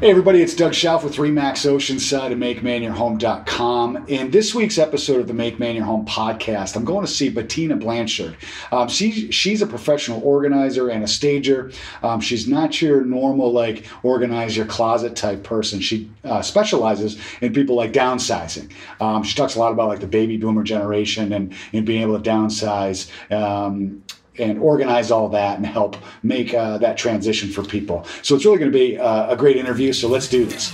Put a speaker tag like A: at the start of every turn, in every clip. A: Hey, everybody, it's Doug Schauf with Remax Oceanside and MakeManYourHome.com. In this week's episode of the Make Man Your Home podcast, I'm going to see Bettina Blanchard. Um, she, she's a professional organizer and a stager. Um, she's not your normal, like, organize your closet type person. She uh, specializes in people like downsizing. Um, she talks a lot about, like, the baby boomer generation and, and being able to downsize. Um, and organize all that and help make uh, that transition for people. So it's really going to be uh, a great interview. So let's do this.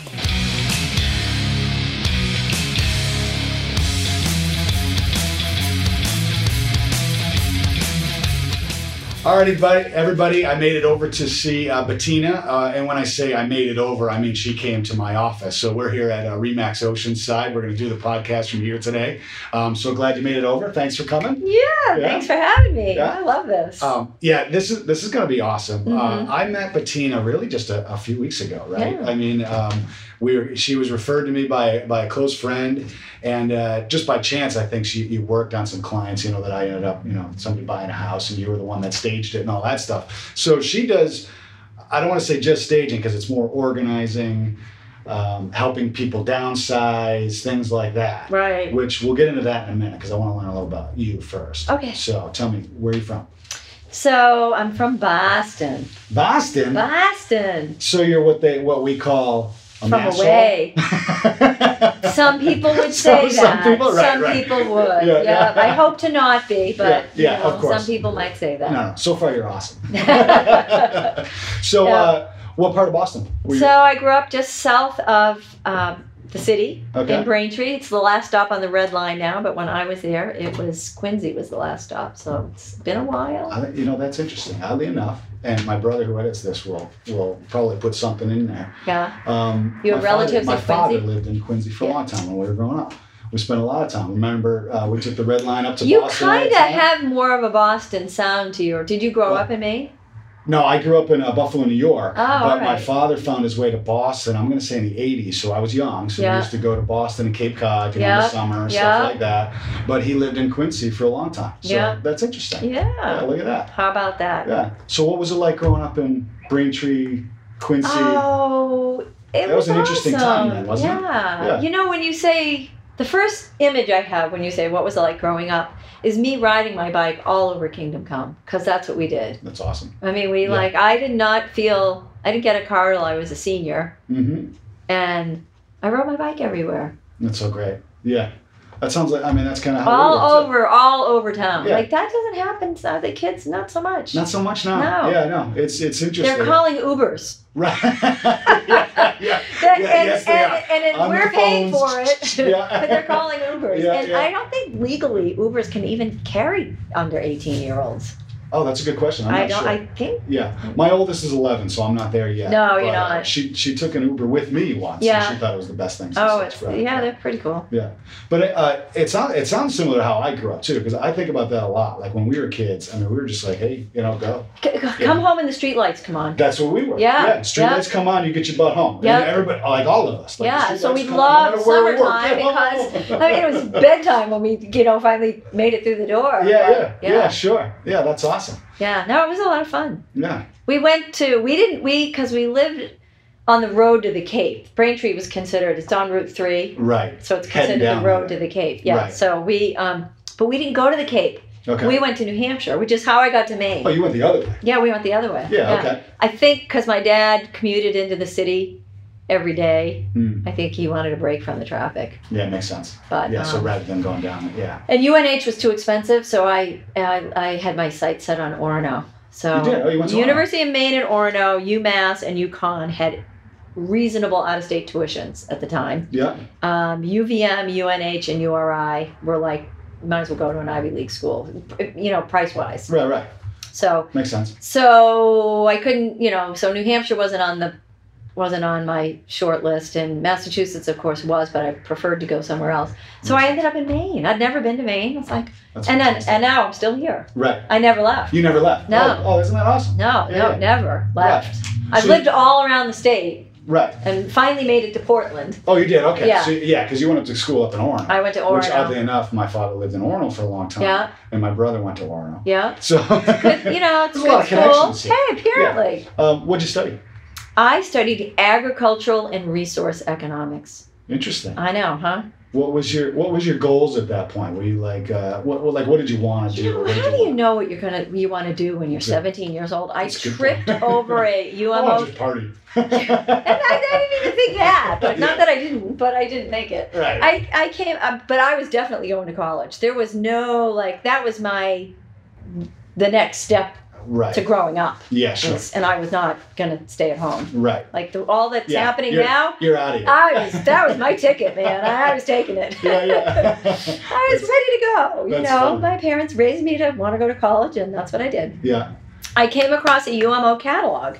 A: All right, everybody, everybody, I made it over to see uh, Bettina. Uh, and when I say I made it over, I mean she came to my office. So we're here at uh, Remax Oceanside. We're going to do the podcast from here today. Um, so glad you made it over. Thanks for coming.
B: Yeah, thanks for having me.
A: Yeah.
B: I love this.
A: Um, yeah, this is this is going to be awesome.
B: Mhm.
A: Uh, I met Bettina really just a, a few weeks ago, right?
B: Yeah.
A: I mean, um, we were, she was referred to me by by a close friend, and uh, just by chance, I think she you worked on some clients, you know, that I ended up, you know, somebody buying a house, and you were the one that staged it and all that stuff. So she does. I don't want to say just staging because it's more organizing, um, helping people downsize, things like that.
B: right.
A: Which we'll get into that in a minute because I want to learn a little about you first.
B: Okay.
A: So tell me, where are you from?
B: So I'm from Boston.
A: Boston.
B: Boston.
A: So you're what they what we call a
B: From
A: masshole?
B: away. Some people would
A: So
B: say
A: some
B: that.
A: people- right,
B: Some
A: right.
B: people would.
A: Yeah,
B: Yeah,
A: yeah.
B: I hope to not be,
A: Yeah,
B: but
A: yeah,
B: you know,
A: of course.
B: some people might say
A: no,
B: that.
A: no, so far you're awesome. so, uh, what part of Boston? Were
B: so I grew up just south of um, the city
A: Okay.
B: in Braintree. It's the last stop on the red line now, but when I was there, it was Quincy was the last stop. So it's been a
A: you,
B: while.
A: I- you know that's interesting. Oddly enough, and my brother who edits this will will probably put something in there.
B: Yeah.
A: Um,
B: Your
A: my
B: relatives
A: father, My
B: in
A: father
B: Quincy?
A: lived in Quincy for a
B: Yeah.
A: long time when we were growing up. We spent a lot of time. Remember, uh, we took the red line up to
B: You
A: Boston. all the
B: kind of
A: time?
B: have more of a Boston sound to you. Did you grow
A: Well,
B: up in Maine?
A: No, I grew up in uh, Buffalo, New York.
B: Oh, all
A: but my
B: right.
A: father found his way to Boston. I'm going to say in the 80s, so I was young. So we
B: Yeah.
A: used to go to Boston and Cape Cod you know, in the
B: Yep,
A: summer and
B: yep.
A: stuff like that. But he lived in Quincy for a long time. So
B: Yeah.
A: that's interesting. Yeah,
B: Yeah.
A: look at that.
B: How about that?
A: Yeah. So what was it like growing up in Braintree, Quincy?
B: Oh, it
A: That was an interesting time then,
B: awesome.
A: wasn't it?
B: yeah.
A: Yeah.
B: You know, when you say the first image I have when you say what was it like growing up is me riding my bike all over Kingdom Come because that's what we did.
A: That's awesome.
B: I mean, we
A: Yeah.
B: like I did not feel I didn't get a car till I was a senior,
A: hmm
B: and I rode my bike everywhere,
A: That's so great. Yeah. That sounds like, I mean, that's kind of how we
B: all
A: were, so-
B: over, all over town.
A: Yeah.
B: Like that doesn't happen to the kids, not so much.
A: Not so much now.
B: No.
A: Yeah, I know. It's, it's interesting.
B: They're calling Ubers.
A: right. yeah, yeah.
B: That-
A: Yeah,
B: and,
A: yes, they
B: and,
A: are.
B: and, then
A: On
B: we're
A: the
B: paying
A: phones.
B: for it,
A: Yeah.
B: but they're calling Ubers.
A: Yeah,
B: and
A: yeah.
B: I don't think legally Ubers can even carry under 18 year olds.
A: Oh, that's a good question. I'm
B: I
A: not
B: don't,
A: sure.
B: I think.
A: Yeah, my oldest is 11, so I'm not there yet.
B: No, you're
A: But, uh,
B: not.
A: She she took an Uber with me once.
B: Yeah.
A: And she thought it was the best thing. since
B: Oh,
A: that's
B: it's,
A: right.
B: yeah, they're pretty cool.
A: Yeah, but uh, it sounds it sounds similar to how I grew up too, because I think about that a lot. Like when we were kids, I mean, we were just like, hey, you know, go.
B: C- c- Come home and the streetlights come on.
A: That's what we were.
B: Yeah,
A: Yeah. Streetlights come on, you get your butt home. And
B: Yeah.
A: Everybody, like all of us. Like,
B: Yeah,
A: the
B: so
A: streetlights
B: we
A: come on, no
B: loved
A: matter where we were.
B: summertime
A: Get home.
B: I mean, it was bedtime when we, you know, finally made it through the door.
A: yeah, yeah,
B: but,
A: yeah, sure. Yeah, that's awesome.
B: yeah. No, it was a lot of fun.
A: Yeah.
B: We went to we didn't we because we lived on the road to the Cape. Braintree was considered it's on Route Three,
A: Right.
B: so it's
A: Heading
B: considered the
A: down
B: road
A: there.
B: to the Cape. Yeah.
A: Right.
B: So we um but we didn't go to the Cape.
A: Okay.
B: We went to New Hampshire, which is how I got to Maine.
A: oh, you went the other way.
B: yeah, we went the other way.
A: Yeah. Okay.
B: I think because my dad commuted into the city every day.
A: Hmm.
B: I think he wanted a break from the traffic.
A: Yeah, makes sense.
B: But
A: Yeah. So
B: um,
A: rather than going down, yeah.
B: and UNH was too expensive, so I I, I had my sights set on Orono. So
A: You did? Oh, you went to
B: University of Maine and Orono, UMass, and UConn had reasonable out-of-state tuitions at the time.
A: Yeah.
B: Um, UVM, UNH, and URI were like, might as well go to an Ivy League school, you know, price-wise.
A: Right. Right.
B: So,
A: Makes sense.
B: so I couldn't, you know, so New Hampshire wasn't on the wasn't on my short list, and Massachusetts, of course, was, but I preferred to go somewhere else. So I ended up in Maine. I'd never been to Maine. It's like,
A: That's
B: and then
A: fantastic.
B: and now I'm still here.
A: right.
B: I never left.
A: You never left.
B: No.
A: Oh, oh, isn't that awesome?
B: No,
A: Yeah,
B: no,
A: yeah.
B: never left. I've
A: So-
B: lived all around the state
A: Right.
B: and finally made it to Portland.
A: Oh, you did. Okay.
B: Yeah.
A: So, yeah, because you went up to school up in Orono.
B: I went to
A: Which, oddly
B: Orono.
A: enough, my father lived in Orono for a long time.
B: Yeah,
A: And my brother went to Orono.
B: yeah.
A: So,
B: Good, you know, it's
A: There's a lot
B: good
A: of
B: school.
A: connections here.
B: Hey, apparently.
A: um, what'd you study?
B: I studied agricultural and resource economics.
C: Interesting.
B: I know, huh?
C: What was your What was your goals at that point? Were you like uh, what, what like what did you want to
B: You
C: do?
B: know,
C: What did
B: how do you
C: want-
B: know what you're gonna you want to do when you're
C: Yeah.
B: 17 years old? I
C: That's a good
B: tripped
C: point.
B: over a
C: Oh, I
B: UMO, and
C: just party.
B: I, I didn't even think that. But not that I didn't, but I didn't make it.
C: right.
B: I I came, uh, but I was definitely going to college. There was no like that was my the next step
C: right.
B: to growing up,
C: yeah. Sure.
B: and I was not gonna stay at home.
C: Right.
B: Like the, all that's
C: Yeah,
B: happening
C: you're-
B: now,
C: You're out of here.
B: I was that was my ticket, man. I was taking it.
C: yeah. Yeah.
B: I was ready to go. You
C: that's
B: know,
C: funny.
B: my parents raised me to want to go to college, and that's what I did.
C: yeah.
B: I came across a UMO catalog,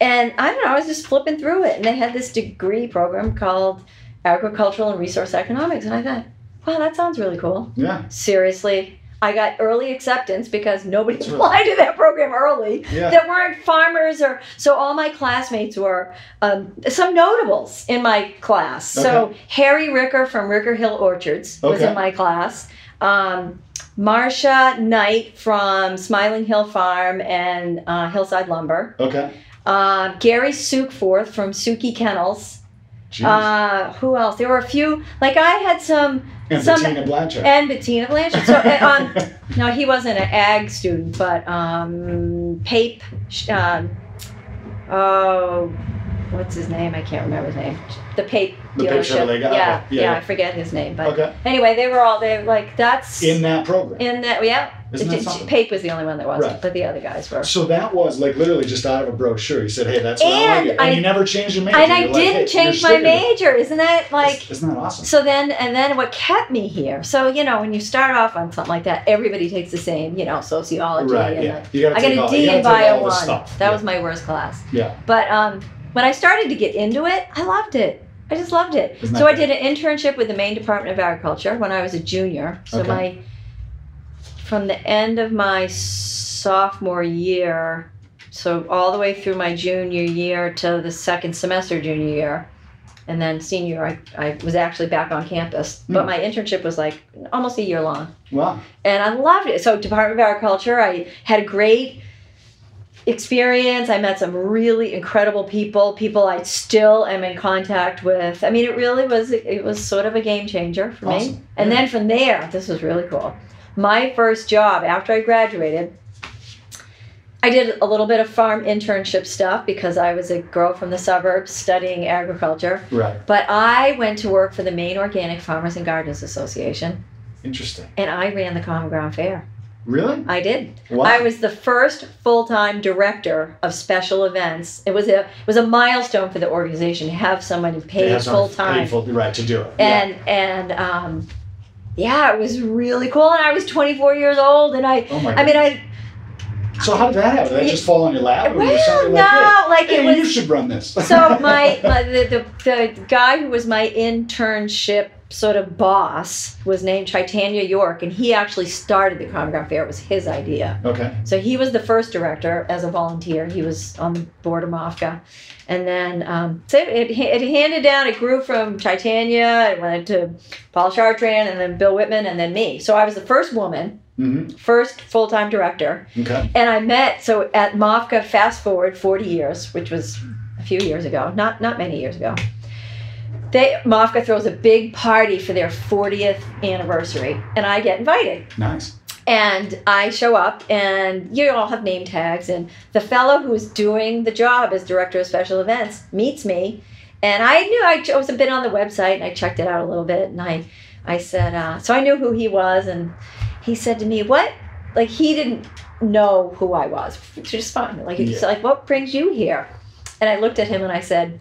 B: and I don't know, I was just flipping through it, and they had this degree program called Agricultural and Resource Economics, and I thought, wow, that sounds really cool.
C: Yeah.
B: Seriously, I got early acceptance because nobody
C: That's right.
B: applied to that program early.
C: Yeah.
B: That weren't farmers, or so all my classmates were um, some notables in my class. So Harry Ricker from Ricker Hill Orchards was
C: Okay.
B: in my class. Um, Marcia Knight from Smiling Hill Farm and uh, Hillside Lumber.
C: Okay.
B: Uh, Gary Sukforth from Suki Kennels.
C: Jeez.
B: Uh, who else? There were a few. Like I had some,
C: and
B: some-
C: Bettina Blanchard.
B: and Bettina Blanchard. So and, um, no, he wasn't an ag student, but um, Pape, sh- um, oh, what's his name? I can't remember his name. The Pape
C: The Pape
B: dealership.
C: Chevrolet guy,
B: yeah,
C: okay.
B: yeah,
C: Yeah, yeah.
B: I forget his name, but
C: okay.
B: anyway, they were all they were like that's
C: In that program.
B: in that yeah.
C: Isn't that
B: J-
C: something?
B: Pape was the only one that wasn't,
C: Right.
B: but the other guys were.
C: So that was like literally just out of a brochure. You said, "Hey, that's what I want."
B: And
C: to do."
B: I-
C: And you never changed your major.
B: And I
C: You're like,
B: didn't
C: "Hey, you're
B: change my
C: sticking to it."
B: major. Isn't that like
C: Isn't- Isn't that awesome?
B: So then, and then what kept me here? So, you know, when you start off on something like that, everybody takes the same, you know, sociology.
C: Right.
B: and
C: Yeah. You got
B: I
C: to take
B: got
C: all.
B: a D
C: you gotta
B: in
C: take
B: Bio
C: all this
B: 1. That
C: stuff. Yeah.
B: was my worst class.
C: Yeah.
B: But um, when I started to get into it, I loved it. I just loved it.
C: Isn't that
B: so I
C: great?
B: did an internship with the Maine Department of Agriculture when I was a junior. So
C: Okay.
B: my from the end of my sophomore year, so all the way through my junior year to the second semester junior year, and then senior, year, I, I was actually back on campus. But
C: Hmm.
B: my internship was like almost a year long
C: Wow.
B: and I loved it. So Department of Agriculture, I had a great experience. I met some really incredible people, people I still am in contact with. I mean, it really was it was sort of a game changer for me.
C: Awesome.
B: And
C: Yeah.
B: then from there, this was really cool. My first job after I graduated, I did a little bit of farm internship stuff because I was a girl from the suburbs studying agriculture.
C: Right.
B: But I went to work for the Maine Organic Farmers and Gardeners Association
C: Interesting.
B: and I ran the Common Ground Fair.
C: Really?
B: I did.
C: Wow.
B: I was the first full-time director of special events. It was a it was a milestone for the organization to have someone
C: They
B: paid
C: have someone
B: full time.
C: paid full- Right to do it.
B: And and um, yeah, it was really cool. And I was 24 years old, and I
C: yeah. Oh my.
B: I mean I
C: God. so how did that happen? Did that
B: It-
C: just fall on your lap? Or was
B: well
C: something like, "Hey,
B: no like it
C: hey, you
B: was
C: should run this.
B: so my, my the, the the guy who was my internship sort of boss was named Titania York, and he actually started the Chronograph Fair. It was his idea.
C: okay.
B: So he was the first director as a volunteer. He was on the board of MOFCA. And then um, so it, it handed down, it grew from Titania, it went to Paul Chartrand, and then Bill Whitman, and then me. So I was the first woman,
C: hmm
B: first full time director.
C: Okay.
B: And I met, so at MOFCA, fast forward 40 years, which was a few years ago, not, not many years ago. They, MOFCA throws a big party for their 40th anniversary, and I get invited.
C: Nice.
B: And I show up, and you all have name tags. And the fellow who's doing the job as director of special events meets me, and I knew I, ch- I was a bit on the website, and I checked it out a little bit, and I, I said, uh, so I knew who he was, and he said to me, "What?" Like he didn't know who I was, which is fine. Like he's
C: Yeah.
B: like, "What brings you here?" And I looked at him and I said,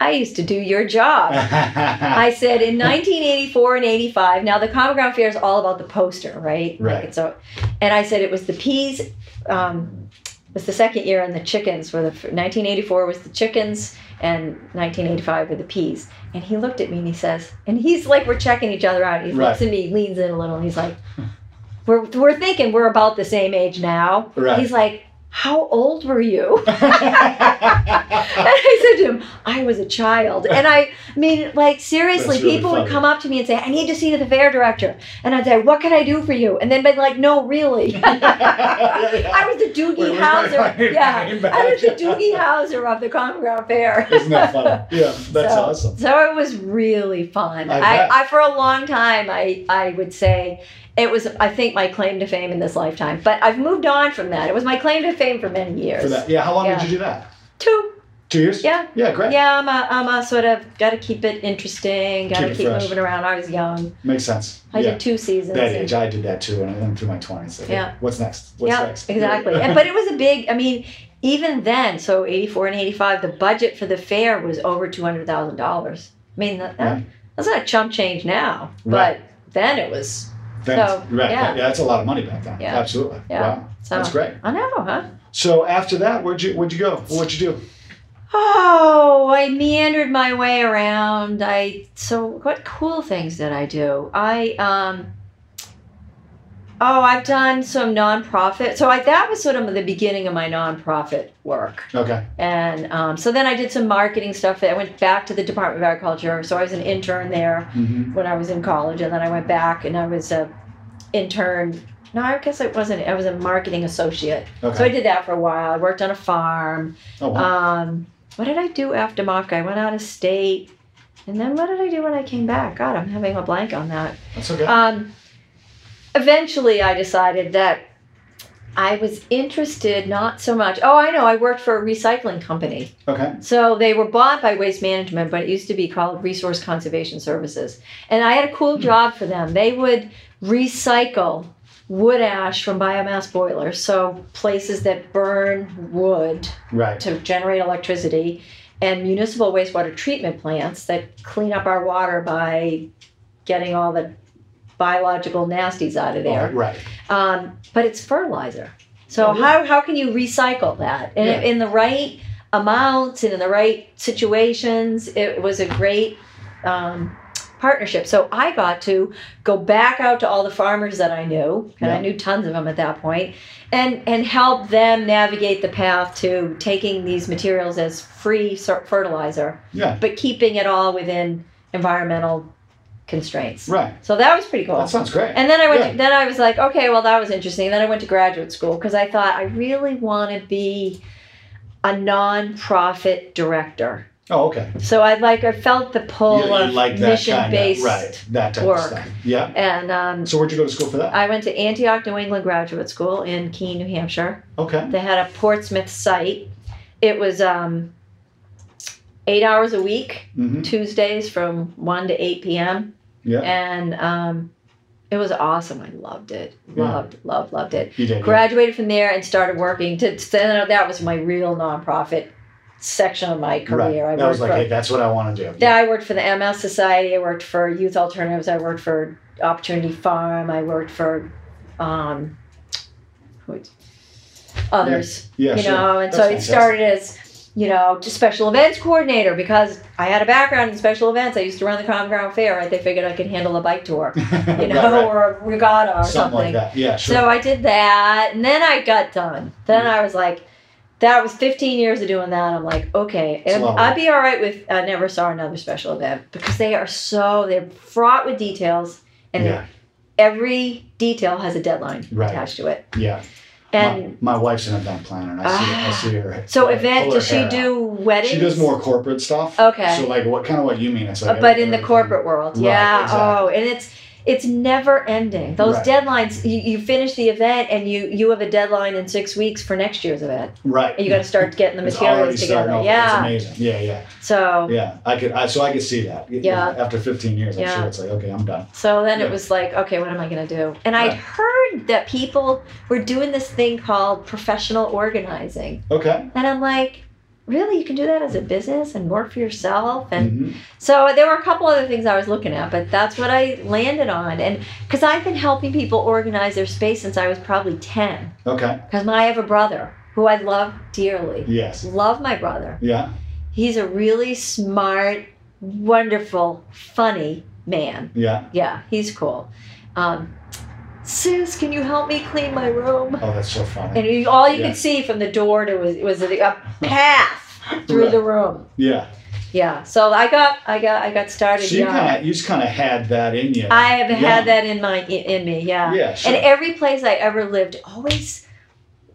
B: "I used to do your job." I said in 1984 and 85. Now the Common Ground Fair is all about the poster, right? Like,
C: Right.
B: it's a- and I said it was the peas. Um, was the second year, and the chickens were the 1984 was the chickens, and 1985 were the peas. And he looked at me and he says, and he's like, we're checking each other out. He
C: Right.
B: looks at me, leans in a little, and he's like, we're we're thinking we're about the same age now.
C: Right.
B: He's like, How old were you? And I said to him, I was a child. And I, I mean, like, seriously,
A: That's really
B: people would
A: funny.
B: come up to me and say, I need to see the fair director. And I'd say, What can I do for you? And then be like, No, really. I was the Doogie
A: Wait, wait,
B: Howser.
A: wait, wait,
B: yeah.
A: wait, wait.
B: I was the Doogie Howser of the Common Ground Fair.
A: Isn't that funny? Yeah, that's
B: So-
A: awesome.
B: So it was really fun.
A: I
B: I,
A: bet.
B: I, for a long time, I, I would say it was, I think, my claim to fame in this lifetime. But I've moved on from that. It was my claim to fame for many years.
A: For that, yeah. How long
B: Yeah.
A: did you do that?
B: Two.
A: Two years.
B: Yeah.
A: Yeah, great.
B: Yeah, I'm a, I'm a sort of got to keep it interesting, got to
A: Keep it
B: keep,
A: fresh.
B: moving around. I was young.
A: Makes sense.
B: I
A: yeah.
B: did two seasons.
A: that
B: and-
A: age, I did that too, and I'm through my twenties. Like,
B: Yeah.
A: What's next? What's
B: yeah,
A: next?
B: exactly. and, but it was a big, I mean, even then, so 84 and 85, the budget for the fair was over $200,000. I mean, that, that-
A: Right.
B: that's not chump change now,
A: Right.
B: but then it was.
A: Then,
B: So,
A: right,
B: yeah.
A: yeah. that's a lot of money back then.
B: Yeah.
A: Absolutely.
B: Yeah.
A: Wow.
B: So,
A: That's great.
B: I know, huh?
A: So after that, where'd you where'd you go? What'd you do?
B: Oh, I meandered my way around. I so what cool things did I do? I um Oh, I've done some nonprofit. So I that was sort of the beginning of my nonprofit work.
A: Okay.
B: And um, so then I did some marketing stuff. I went back to the Department of Agriculture. So I was an intern there
A: Mm-hmm.
B: when I was in college, and then I went back and I was a intern. No, I guess I wasn't. I was a marketing associate.
A: Okay.
B: So I did that for a while. I worked on a farm.
A: oh wow.
B: Um, what did I do after Mofka? I went out of state. And then what did I do when I came back? God, I'm having a blank on that.
A: that's okay.
B: Um, eventually, I decided that I was interested not so much. Oh, I know, I worked for a recycling company.
A: okay.
B: So they were bought by Waste Management, but it used to be called Resource Conservation Services. And I had a cool job for them. They would recycle wood ash from biomass boilers. So places that burn wood
A: Right.
B: to generate electricity and municipal wastewater treatment plants that clean up our water by getting all the biological nasties out of there.
A: Right.
B: Um, but it's fertilizer. So
A: Oh, yeah.
B: how, how can you recycle that? And
A: Yeah.
B: in the right amounts and in the right situations, it was a great um, partnership. So I got to go back out to all the farmers that I knew, and I
A: Yeah.
B: knew tons of them at that point, and and help them navigate the path to taking these materials as free ser- fertilizer,
A: Yeah.
B: but keeping it all within environmental constraints.
A: Right.
B: So that was pretty cool.
A: That sounds great.
B: And then I went.
A: Yeah.
B: To, then I was like, okay, well, that was interesting. Then I went to graduate school because I thought I really want to be a nonprofit director.
A: oh, okay.
B: So I like I felt the pull of mission based,
A: right? That type
B: work.
A: of stuff. Yeah.
B: and um,
A: So where'd you go to school for that?
B: I went to Antioch, New England Graduate School in Keene, New Hampshire.
A: Okay.
B: They had a Portsmouth site. It was um, eight hours a week,
A: Mm-hmm.
B: Tuesdays from one to eight p.m.
A: Yeah.
B: and um, it was awesome. I loved it.
A: Yeah.
B: Loved, loved, loved it.
A: you did. yeah.
B: Graduated from there and started working. To to- then that was my real nonprofit section of my career.
A: Right.
B: I
A: That was
B: worked
A: like,
B: for
A: hey, that's what I want to do.
B: yeah, I worked for the MS Society. I worked for Youth Alternatives. I worked for Opportunity Farm. I worked for um, who- others
A: Yeah.
B: you
A: sure.
B: know and so it
A: That's fantastic.
B: started as you know just special events coordinator because i had a background in special events i used to run the common ground fair right they figured i could handle a bike tour you know
A: Right, right.
B: or a regatta or
A: Something, like
B: something,
A: that. Yeah. Sure. Mm.
B: so i did that and then i got done then i was like that was 15 years of doing that i'm like okay
A: It's a
B: and
A: lot of
B: i'd be all right with i never saw another special event because they are so they're fraught with details and
A: yeah.
B: every detail has a deadline
A: Right.
B: attached to it
A: Yeah.
B: and Ah,
A: my, my wife's an event planner. And I see. I see her.
B: So
A: like,
B: event
A: pull her
B: does she
A: hair out.
B: do weddings?
A: She does more corporate stuff.
B: Okay.
A: So like what kind of what you mean? It's like
B: Uh, but in the
A: everything-
B: corporate world,
A: Right,
B: yeah.
A: exactly.
B: Oh, and it's it's never ending. Those
A: Right.
B: deadlines. You, you finish the event, and you you have a deadline in six weeks for next year's event,
A: Right.
B: and you got to start getting the
A: It's already
B: materials
A: starting
B: together.
A: over.
B: Yeah.
A: It's amazing. Yeah, yeah,
B: So
A: yeah. I could, I, so I could see that. You know,
B: Yeah.
A: After 15 years, I'm
B: Yeah.
A: sure it's like, okay, I'm done.
B: so then it
A: Yeah.
B: was like, okay, what am I gonna do? And I'd
A: Right.
B: heard that people were doing this thing called professional organizing,
A: Okay.
B: and I'm like. Really, you can do that as a business and work for yourself, and
A: Mhm.
B: So there were a couple other things I was looking at, but that's what I landed on. And because I've been helping people organize their space since I was probably 10,
A: Okay.
B: because I have a brother who I love dearly.
A: Yes.
B: Love my brother.
A: Yeah.
B: He's a really smart, wonderful, funny man.
A: Yeah.
B: Yeah, he's cool. Um, sis, can you help me clean my room?
A: Oh, that's so funny.
B: And you, all you
A: Yeah.
B: could see from the door to was was a path through
A: Right.
B: the room.
A: Yeah.
B: Yeah. So I got I got I got started.
A: So you
B: young.
A: kind of you just kind of had that in you.
B: I have
A: Yeah.
B: had that in my in me. Yeah.
A: yeah. Sure.
B: And every place I ever lived always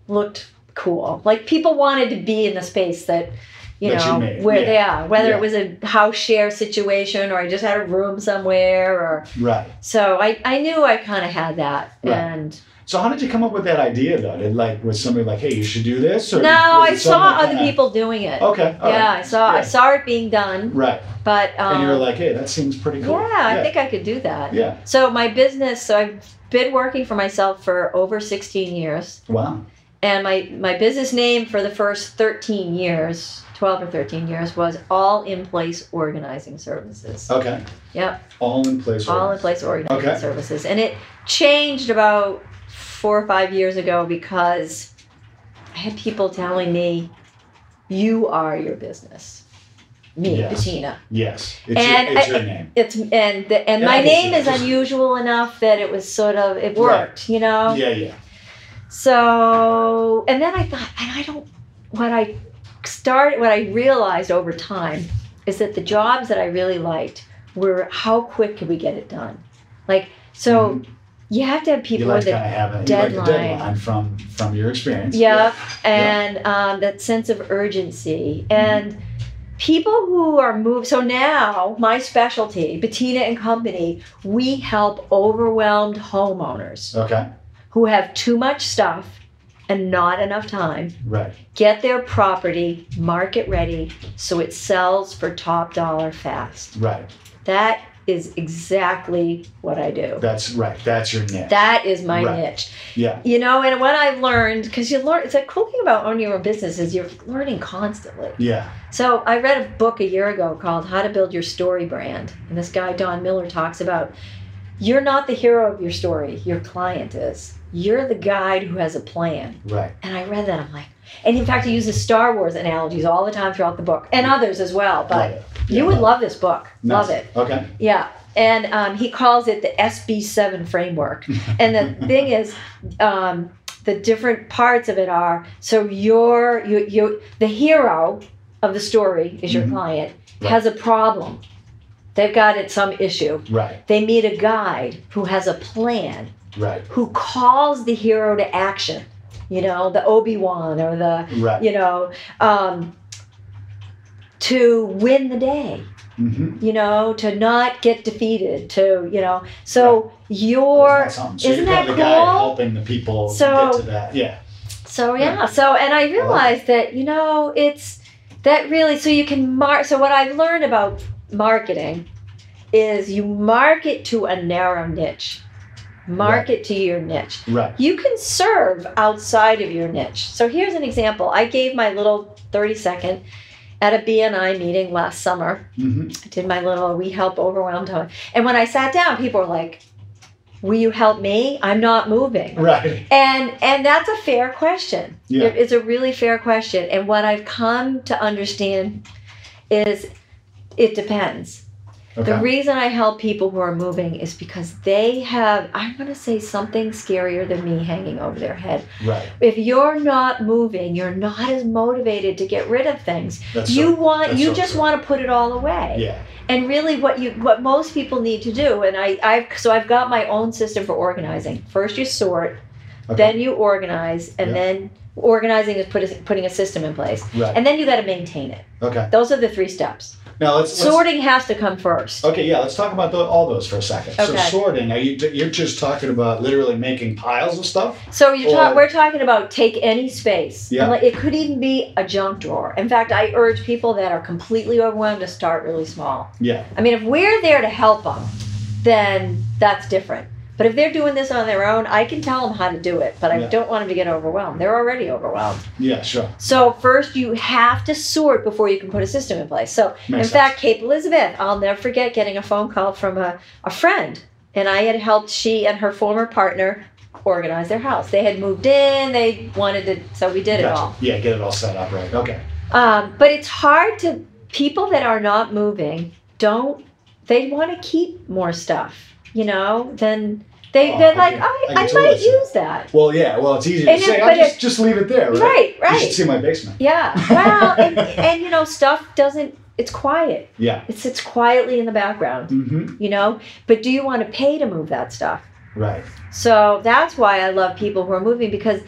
B: looked cool. Like people wanted to be in the space that, you
A: That you
B: know,
A: made,
B: where
A: yeah,
B: they are. Whether
A: yeah.
B: it was a house share situation or I just had a room somewhere or
A: right.
B: so I, I knew I kinda had that.
A: Right.
B: And
A: So how did you come up with that idea though? Did like was somebody like, hey, you should do this? Or
B: no,
A: was it
B: I saw
A: someone
B: other
A: kinda-
B: people doing it.
A: Okay. all
B: yeah,
A: right.
B: I saw I
A: Yeah.
B: saw it being done.
A: Right.
B: But um
A: and you were like, hey, that seems pretty cool.
B: yeah, I think I could do that.
A: Yeah.
B: So my business, so I've been working for myself for over sixteen years.
A: Wow.
B: And my, my business name for the first 13 years, 12 or 13 years, was All In Place Organizing Services.
A: Okay.
B: Yep.
A: All in place.
B: All In Place Organizing
A: Oh, Okay.
B: Services. And it changed about four or five years ago because I had people telling me, you are your business. Me,
A: Yes.
B: Bettina.
A: Yes. It's,
B: And
A: your, it's
B: I-
A: your name.
B: It's and the, and
A: Yeah, I can
B: my
A: see
B: name
A: that.
B: is unusual enough that it was sort of it worked, you know.
A: yeah. Yeah.
B: So, and then I thought, and I don't, what I started, what I realized over time is that the jobs that I really liked were how quick could we get it done? Like, so
A: Mhm.
B: you have to have
A: you
B: people
A: like
B: with
A: to
B: a,
A: kind of have a You like the
B: deadline.
A: deadline from from your experience.
B: yeah, and Um, that sense of urgency.
A: Mm-hmm.
B: And people who are moved, so now my specialty, Bettina and Company, we help overwhelmed homeowners
A: Okay.
B: who have too much stuff and not enough time
A: Right.
B: get their property market ready so it sells for top dollar fast.
A: Right.
B: That is exactly what I do.
A: That's right. That's your name.
B: That is my
A: Right.
B: niche.
A: yeah.
B: You know, and what I've learned, because you learn, it's a cool thing about owning your own business is you're learning constantly.
A: Yeah.
B: So I read a book a year ago called How to Build Your Story Brand. And this guy, Don Miller, talks about you're not the hero of your story, your client is. You're the guide who has a plan.
A: Right.
B: And I read that, I'm like, and in fact, he uses Star Wars analogies all the time throughout the book and others as well. But
A: Right.
B: you would love this book, love it.
A: Okay.
B: Yeah. And um, he calls it the SB7 framework. And the thing is, um, the different parts of it are so your you you the hero of the story is your
A: Mhm.
B: client
A: Right.
B: has a problem. They've got it some issue.
A: Right.
B: They meet a guide who has a plan
A: Right.
B: who calls the hero to action you know the obi-wan or the
A: Right.
B: you know um, to win the day
A: Mm-hmm.
B: you know to not get defeated to you know so your
A: so
B: isn't
A: you're
B: that
A: kind of the guy
B: cool?
A: helping the people
B: So-
A: get to that. Yeah.
B: so yeah so and i realized that you know it's that really so you can mark so what i've learned about marketing is you market to a narrow niche market to your niche
A: Right.
B: You can serve outside of your niche. So here's an example. I gave my little 30 second at a BNI meeting last summer.
A: Mm-hmm.
B: I did my little we help overwhelmed home. And when I sat down, people were like, "Will you help me? I'm not moving."
A: Right.
B: And and that's a fair question.
A: Yeah.
B: It- It's a really fair question. And what I've come to understand is it depends. The
A: Okay.
B: reason I help people who are moving is because they have, I'm going to say something scarier than me hanging over their head.
A: right.
B: If you're not moving, you're not as motivated to get rid of things.
A: That's
B: you
A: so-
B: want,
A: that's
B: you
A: so
B: just
A: true.
B: want to put it all away.
A: Yeah.
B: And really, what you, what most people need to do, and I, I've, so I've got my own system for organizing. First, you sort,
A: Okay.
B: then you organize, and
A: Yeah.
B: then organizing is put a, putting a system in place,
A: Right.
B: and then you got to maintain it.
A: Okay.
B: Those are the three steps.
A: Now let's, let's
B: Sorting has to come first.
A: Okay, yeah, let's talk about tho- all those for a second. So
B: Okay.
A: sorting, are you you're just talking about literally making piles of stuff?
B: So you
A: Or-
B: talk, we're talking about take any space.
A: Yeah.
B: And, like, It could even be a junk drawer. In fact, I urge people that are completely overwhelmed to start really small.
A: Yeah.
B: I mean, if we're there to help them, then that's different. But if they're doing this on their own, I can tell them how to do it, but I
A: Yeah.
B: don't want them to get overwhelmed. They're already overwhelmed.
A: Yeah, sure.
B: So first you have to sort before you can put a system in place. So
A: Makes
B: in
A: sense.
B: fact, Cape Elizabeth, I'll never forget getting a phone call from a, a friend. And I had helped she and her former partner organize their house. They had moved in, they wanted to, so we did it
A: Gotcha.
B: all.
A: Yeah, get it all set up right. Okay.
B: Um, but it's hard to, people that are not moving don't, they want to keep more stuff, you know, than They
A: Oh,
B: they're
A: I
B: like,
A: can-
B: I,
A: I
B: I,
A: can totally
B: might
A: see that.
B: use that.
A: Well, yeah. Well, it's easy to
B: And it-
A: say.
B: but
A: I'll
B: it-
A: just, just leave it there. Right.
B: Right,
A: You should
B: right.
A: see my basement.
B: Yeah. Well, and, and you know, stuff doesn't. It's quiet.
A: Yeah.
B: It sits quietly in the background.
A: Mm-hmm.
B: You know, but do you want to pay to move that stuff?
A: Right.
B: So that's why I love people who are moving because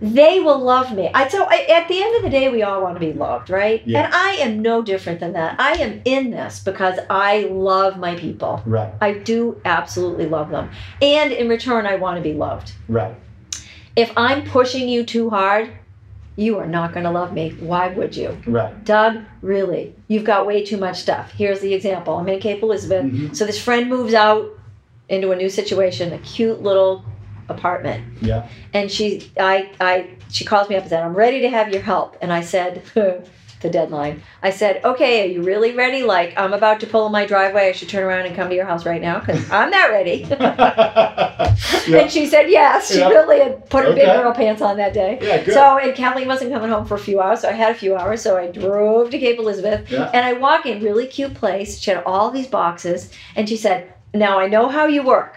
B: they will love me. I so I, at the end of the day, we all want to be loved, right?
A: Yeah.
B: And I am no different than that. I am in this because I love my people.
A: Right.
B: I do absolutely love them, and in return, I want to be loved.
A: Right.
B: If I'm pushing you too hard, you are not going to love me. Why would you?
A: Right.
B: Doug, really, you've got way too much stuff. Here's the example. I'm in Cape Elizabeth.
A: Mhm.
B: So this friend moves out into a new situation, a cute little apartment.
A: Yeah.
B: And she I I she calls me up and said, I'm ready to have your help. And I said, the deadline. I said, okay, are you really ready? Like, I'm about to pull in my driveway. I should turn around and come to your house right now because I'm not ready.
A: yeah.
B: And she said, yes. She
A: Yeah.
B: really had put her big
A: Okay.
B: girl pants on that day.
A: Yeah. Good.
B: So, and Kathleen wasn't coming home for a few hours, so I had a few hours. So I drove to Cape Elizabeth,
A: Yeah.
B: and I walk in really cute place. She had all these boxes, and she said, "Now I know how you work,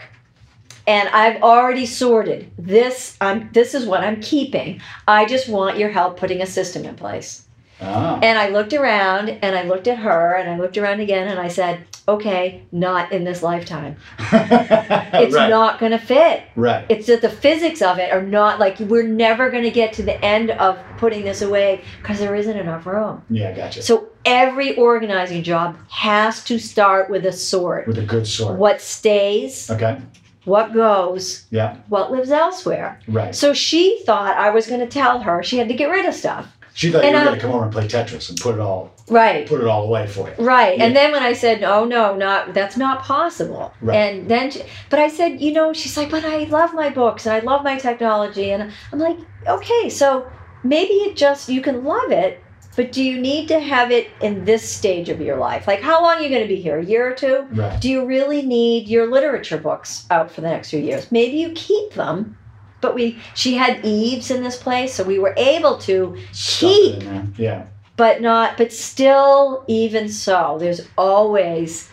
B: and I've already sorted this. I'm this is what I'm keeping. I just want your help putting a system in place."
A: ah.
B: And I looked around, and I looked at her, and I looked around again, and I said, "Okay, not in this lifetime. It's
A: Oh, right.
B: not going to fit."
A: right.
B: it's that the physics of it are not like we're never going to get to the end of putting this away because there isn't enough room.
A: Yeah. Gotcha.
B: So every organizing job has to start with a sort.
A: With a good sort.
B: What stays,
A: Okay.
B: what goes,
A: Yeah.
B: what lives elsewhere.
A: Right.
B: So she thought I was going to tell her she had to get rid of stuff.
A: She thought you
B: And
A: were
B: I-
A: gonna come over and play Tetris and put it all
B: Right.
A: put it all away for you.
B: Right. And
A: Yeah.
B: then when I said, "Oh no, not that's not possible,"
A: Right.
B: and then, she, but I said, you know, she's like, "But I love my books and I love my technology," and I'm like, "Okay, so maybe it just you can love it, but do you need to have it in this stage of your life? Like, how long are you going to be here? A year or two?
A: Right.
B: Do you really need your literature books out for the next few years? Maybe you keep them." But we, she had eaves in this place, so we were able to
A: Stuff it in there. Yeah.
B: but not but still even so there's always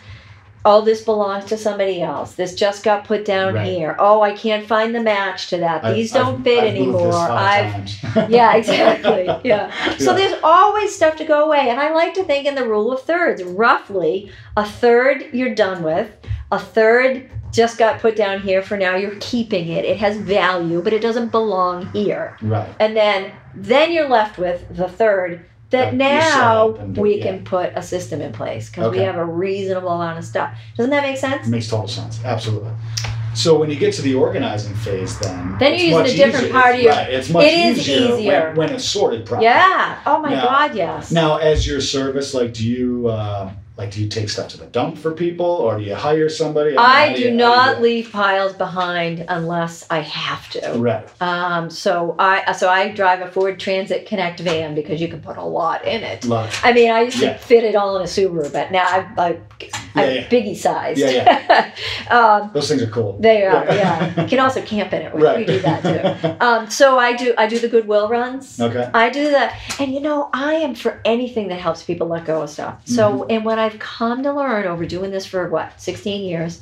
B: oh this belongs to somebody else this just got put down
A: Right.
B: here oh i can't find the match to that
A: I've-
B: these don't
A: I've-
B: fit
A: I've moved
B: anymore
A: this five
B: i've
A: times.
B: yeah exactly yeah so
A: Yeah.
B: there's always stuff to go away and i like to think in the rule of thirds roughly a third you're done with a third just got put down here for now you're keeping it it has value but it doesn't belong here
A: Right.
B: and then then you're left with the third that
A: That Oh, you
B: now
A: set up and do-
B: we
A: yeah.
B: can put a system in place because we
A: Okay.
B: have a reasonable amount of stuff. Doesn't that make sense?
A: Makes total sense. Absolutely. So when you get to the organizing phase, then
B: Then
A: it's
B: you're using
A: much
B: a different
A: easier.
B: part of your-
A: Right. It's much
B: It is
A: easier, when-
B: easier.
A: when, it's sorted properly.
B: Yeah. Oh my
A: Now-
B: God. Yes.
A: Now, as your service, like, do you uh, like do you take stuff to the dump for people, or do you hire somebody? mean, how
B: I
A: you-
B: do
A: how
B: not
A: you
B: leave piles behind unless I have
A: do it?
B: to.
A: Right.
B: Um, so I so I drive a Ford Transit Connect van because you can put a lot in it.
A: Love.
B: I mean, I used
A: Yeah.
B: to fit it all in a Subaru, but now I, I, I'm
A: Yeah, yeah.
B: biggie sized.
A: Yeah,
B: um,
A: Those things are cool.
B: they are.
A: Yeah.
B: Yeah. You can also camp in it. We,
A: right.
B: we do that too. Um, so I do I do the goodwill runs.
A: okay.
B: I do that, and you know I am for anything that helps people let go of stuff. So
A: Mm-hmm.
B: and what I've come to learn over doing this for what sixteen years,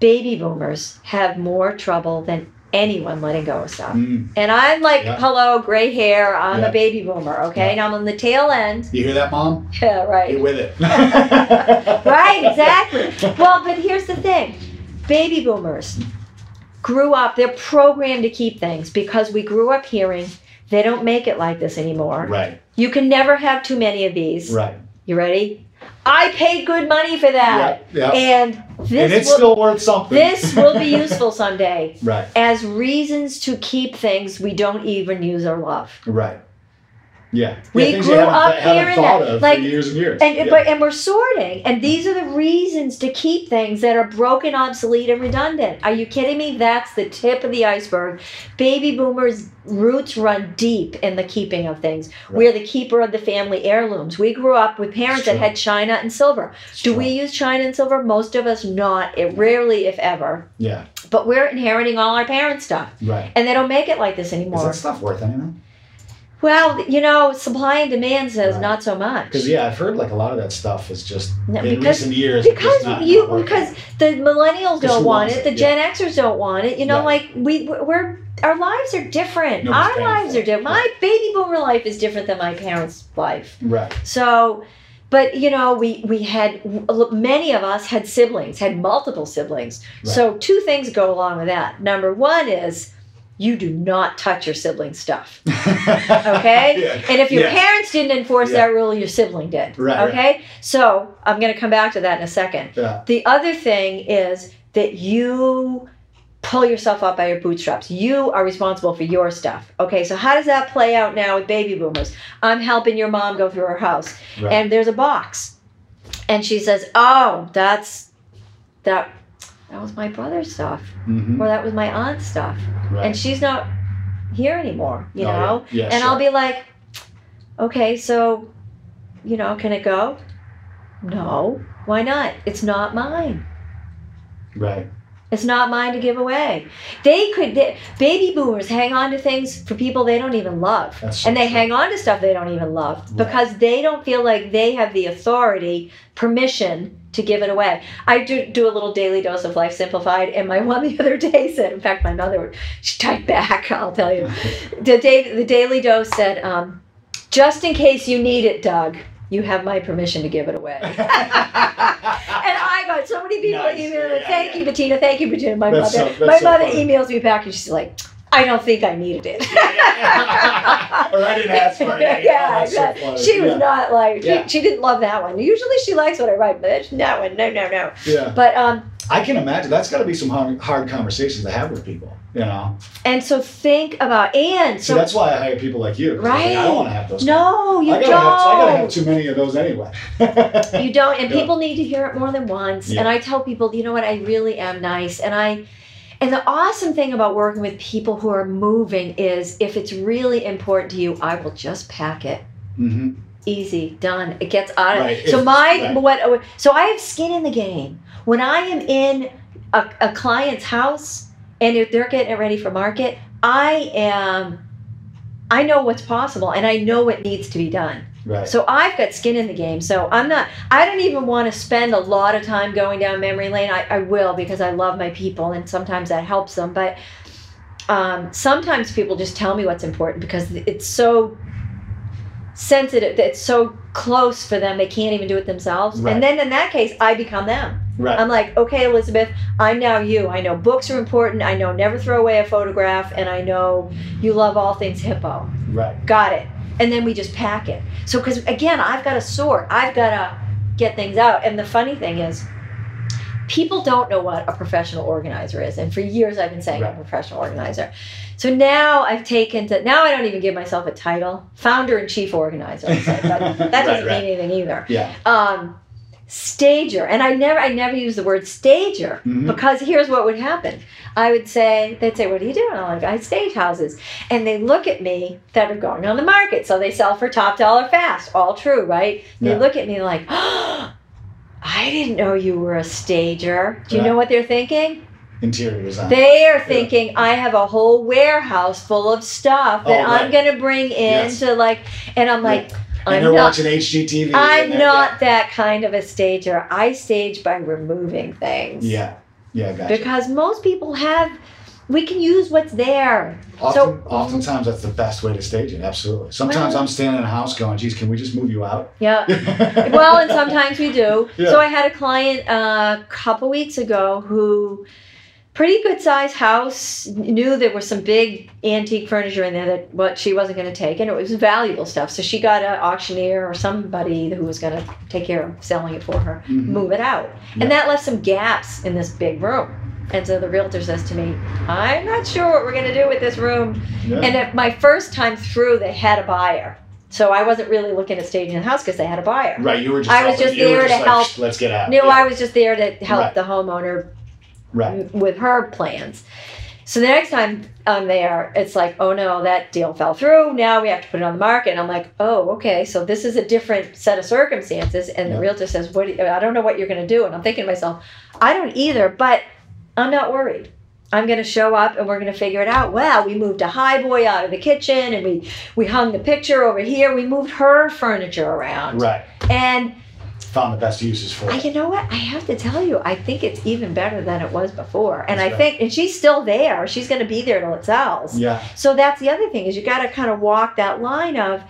B: baby boomers have more trouble than anyone letting go of stuff.
A: Mm.
B: And I'm like,
A: Yeah.
B: hello, gray hair. I'm
A: Yeah.
B: a baby boomer. Okay,
A: Yeah.
B: now I'm on the tail end.
A: You hear that, mom?
B: Yeah, right.
A: Get with it. right.
B: Right, exactly. Well, but here's the thing baby boomers grew up, they're programmed to keep things because we grew up hearing they don't make it like this anymore.
A: Right.
B: You can never have too many of these.
A: Right.
B: You ready? I paid good money for that.
A: Yeah. yeah.
B: And
A: And
B: this
A: it's
B: will,
A: still worth something.
B: this will be useful someday
A: Right.
B: as reasons to keep things we don't even use or love.
A: Right. Yeah.
B: We
A: yeah, things
B: grew
A: you haven't,
B: up
A: haven't
B: hearing
A: thought
B: that.
A: of
B: Like-
A: for years and years.
B: And
A: yeah.
B: but and we're sorting, and these are the reasons to keep things that are broken, obsolete, and redundant. Are you kidding me? That's the tip of the iceberg. Baby boomers' roots run deep in the keeping of things. We're the keeper of the family heirlooms. We grew up with parents that
A: Sure.
B: had china and silver. Do we use china and silver? Most of us not. It rarely, if ever.
A: Yeah.
B: But we're inheriting all our parents' stuff,
A: Right.
B: and they don't make it like this
A: Is
B: anymore.
A: that stuff worth anything?
B: Well, you know, supply and demand says
A: Right.
B: not so much.
A: Because yeah, I've heard like a lot of that stuff is just
B: No,
A: in
B: because-
A: recent years it's just
B: because
A: not-
B: you
A: not working.
B: because the millennials
A: Because
B: don't
A: who
B: want
A: wants
B: it,
A: it?
B: the Gen Xers don't want it. You know,
A: Right.
B: like we we're our lives are different.
A: Nobody's
B: our
A: paying
B: lives
A: for
B: are
A: it.
B: different. My baby boomer life is different than my parents' life.
A: right.
B: So, but you know, we we had many of us had siblings, had multiple siblings.
A: Right.
B: So two things go along with that. Number one is you do not touch your sibling stuff. Okay?
A: Yeah.
B: And if your
A: Yes.
B: parents didn't enforce
A: Yeah.
B: that rule, your sibling
A: Right,
B: did.
A: right.
B: Okay? So I'm going to come back to that in a second.
A: Yeah.
B: The other thing is that you pull yourself up by your bootstraps. You are responsible for your stuff. Okay? So how does that play out now with baby boomers? I'm helping your mom go through her house,
A: Right.
B: and there's a box, and she says, "Oh, that's that." That was my brother's stuff,
A: Mhm.
B: or that was my aunt's stuff,
A: Right.
B: and she's not here anymore. You
A: Oh,
B: know,
A: yeah. Yeah,
B: and
A: sure.
B: I'll be like, okay, so, you know, can it go? No. Why not? It's not mine.
A: right.
B: It's not mine to give away. They could, they, baby boomers hang on to things for people they don't even love.
A: That's so
B: and they
A: true.
B: hang on to stuff they don't even love
A: Right.
B: because they don't feel like they have the authority, permission to give it away. I do, do a little daily dose of Life Simplified, and my one the other day said, in fact, my mother, she typed back, I'll tell you. The, day, the daily dose said, um, just in case you need it, Doug, you have my permission to give it away. and I got so many people
A: Nice.
B: emailing,
A: Yeah,
B: thank
A: yeah.
B: you, Bettina, thank you, Bettina. My
A: That's
B: mother,
A: so-
B: my
A: that's so
B: mother
A: funny.
B: emails me back, and she's like, I don't think I needed it.
A: or I didn't ask for it.
B: yeah,
A: Oh, that's so
B: exactly.
A: funny.
B: she was
A: Yeah.
B: not like
A: Yeah.
B: she, she didn't love that one. Usually she likes what I write, but that one, no, no, no.
A: Yeah,
B: But um,
A: I can imagine. That's got to be some hard, hard conversations to have with people. You know,
B: and so think about and
A: so
B: so,
A: that's why I hire people like you. 'cause I was like, I
B: Right.
A: don't want to have those.
B: no, you
A: I
B: don't.
A: gotta, have, I gotta have too many of those anyway.
B: you don't, and
A: Yeah.
B: people need to hear it more than once.
A: Yeah.
B: And I tell people, you know what? I really am nice, and I. And the awesome thing about working with people who are moving is if it's really important to you, I will just pack it.
A: mm-hmm.
B: easy done it gets out of
A: Right,
B: so
A: if-
B: my
A: right.
B: what so i have skin in the game when i am in a, a client's house and if they're getting it ready for market i am i know what's possible and i know what needs to be done
A: Right.
B: so i've got skin in the game so i'm not i don't even want to spend a lot of time going down memory lane i, I will because i love my people and sometimes that helps them but um, sometimes people just tell me what's important because it's so sensitive that it's so close for them they can't even do it themselves
A: Right.
B: and then in that case i become them
A: right.
B: i'm like okay elizabeth i'm now you i know books are important i know never throw away a photograph and i know you love all things hippo
A: right.
B: got it and then we just pack it so because again i've got to sort i've got to get things out and the funny thing is people don't know what a professional organizer is and for years i've been saying i'm
A: Right.
B: a professional organizer so now i've taken to now i don't even give myself a title founder and chief organizer I say, but that
A: Right,
B: doesn't
A: right.
B: mean anything either
A: Yeah.
B: um, stager and i never i never use the word stager
A: Mhm.
B: because here's what would happen i would say they'd say what do you do and i'm like i stage houses and they look at me that are going on the market so they sell for top dollar fast all true right they
A: Yeah.
B: look at me like oh, i didn't know you were a stager do you know
A: Right.
B: what they're thinking
A: Interior design.
B: they are thinking i have a whole warehouse full of stuff that
A: Oh,
B: i'm
A: right.
B: going to bring in
A: Yes.
B: to like and i'm like
A: and
B: i'm
A: they're
B: not
A: watching HGTV.
B: I'm
A: and they're-
B: not that kind of a stager. I stage by removing things.
A: Yeah. Yeah. Gotcha.
B: Because most people have, we can use what's there.
A: Often,
B: So-
A: oftentimes that's the best way to stage it. Absolutely. Sometimes
B: Well-
A: I'm standing in a house going, "Geez, can we just move you out?"
B: Yeah.
A: well,
B: well, and sometimes we do.
A: Yeah.
B: So I had a client a couple weeks ago who, pretty good size house, knew there was some big antique furniture in there that what she wasn't going to take, and it was valuable stuff. So she got an auctioneer or somebody who was going to take care of selling it for her,
A: Mhm.
B: move it out,
A: Yeah.
B: and that left some gaps in this big room. And so the realtor says to me, "I'm not sure what we're going to do with this room."
A: Yeah.
B: And at my first time through, they had a buyer. So I wasn't really looking at staging the house because they had a buyer.
A: right. You were just.
B: I was
A: helping.
B: just
A: You were
B: there to
A: like,
B: help.
A: "Shh, Let's get out.
B: No,
A: Yeah.
B: I was just there to help
A: Right.
B: the homeowner
A: Right.
B: m- with her plans. So the next time I'm there, it's like, oh no, that deal fell through. Now we have to put it on the market. And I'm like, oh, okay. So this is a different set of circumstances. And the
A: Yeah.
B: realtor says, what? do you- I don't know what you're going to do. And I'm thinking to myself, I don't either, but I'm not worried. I'm going to show up and we're going to figure it out. Wow, we moved a high boy out of the kitchen and we we hung the picture over here. We moved her furniture around.
A: Right.
B: And
A: Found the best uses for
B: I,
A: it.
B: you know what? I have to tell you, I think it's even better than it was before. And
A: That's
B: I
A: right.
B: think, and she's still there. She's going to be there till it sells.
A: Yeah.
B: So that's the other thing is you got to kind of walk that line of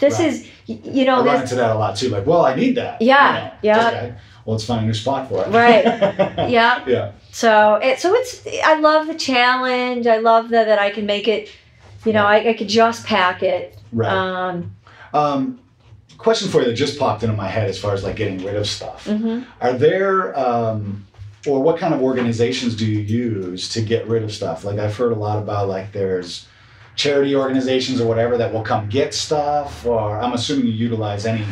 B: this
A: Right.
B: is y- you know
A: I run
B: this
A: into that a lot too. Like, well, I need that.
B: Yeah, yeah.
A: Okay. Well, let's find a new spot for it.
B: Right.
A: yeah.
B: yeah. So it so it's I love the challenge. I love that that I can make it. You know, I, I could just pack it.
A: Right.
B: Um,
A: Um, question for you that just popped into my head as far as like getting rid of stuff.
B: mhm.
A: Are there, um, or what kind of organizations do you use to get rid of stuff? Like I've heard a lot about like there's charity organizations or whatever that will come get stuff, or I'm assuming you utilize any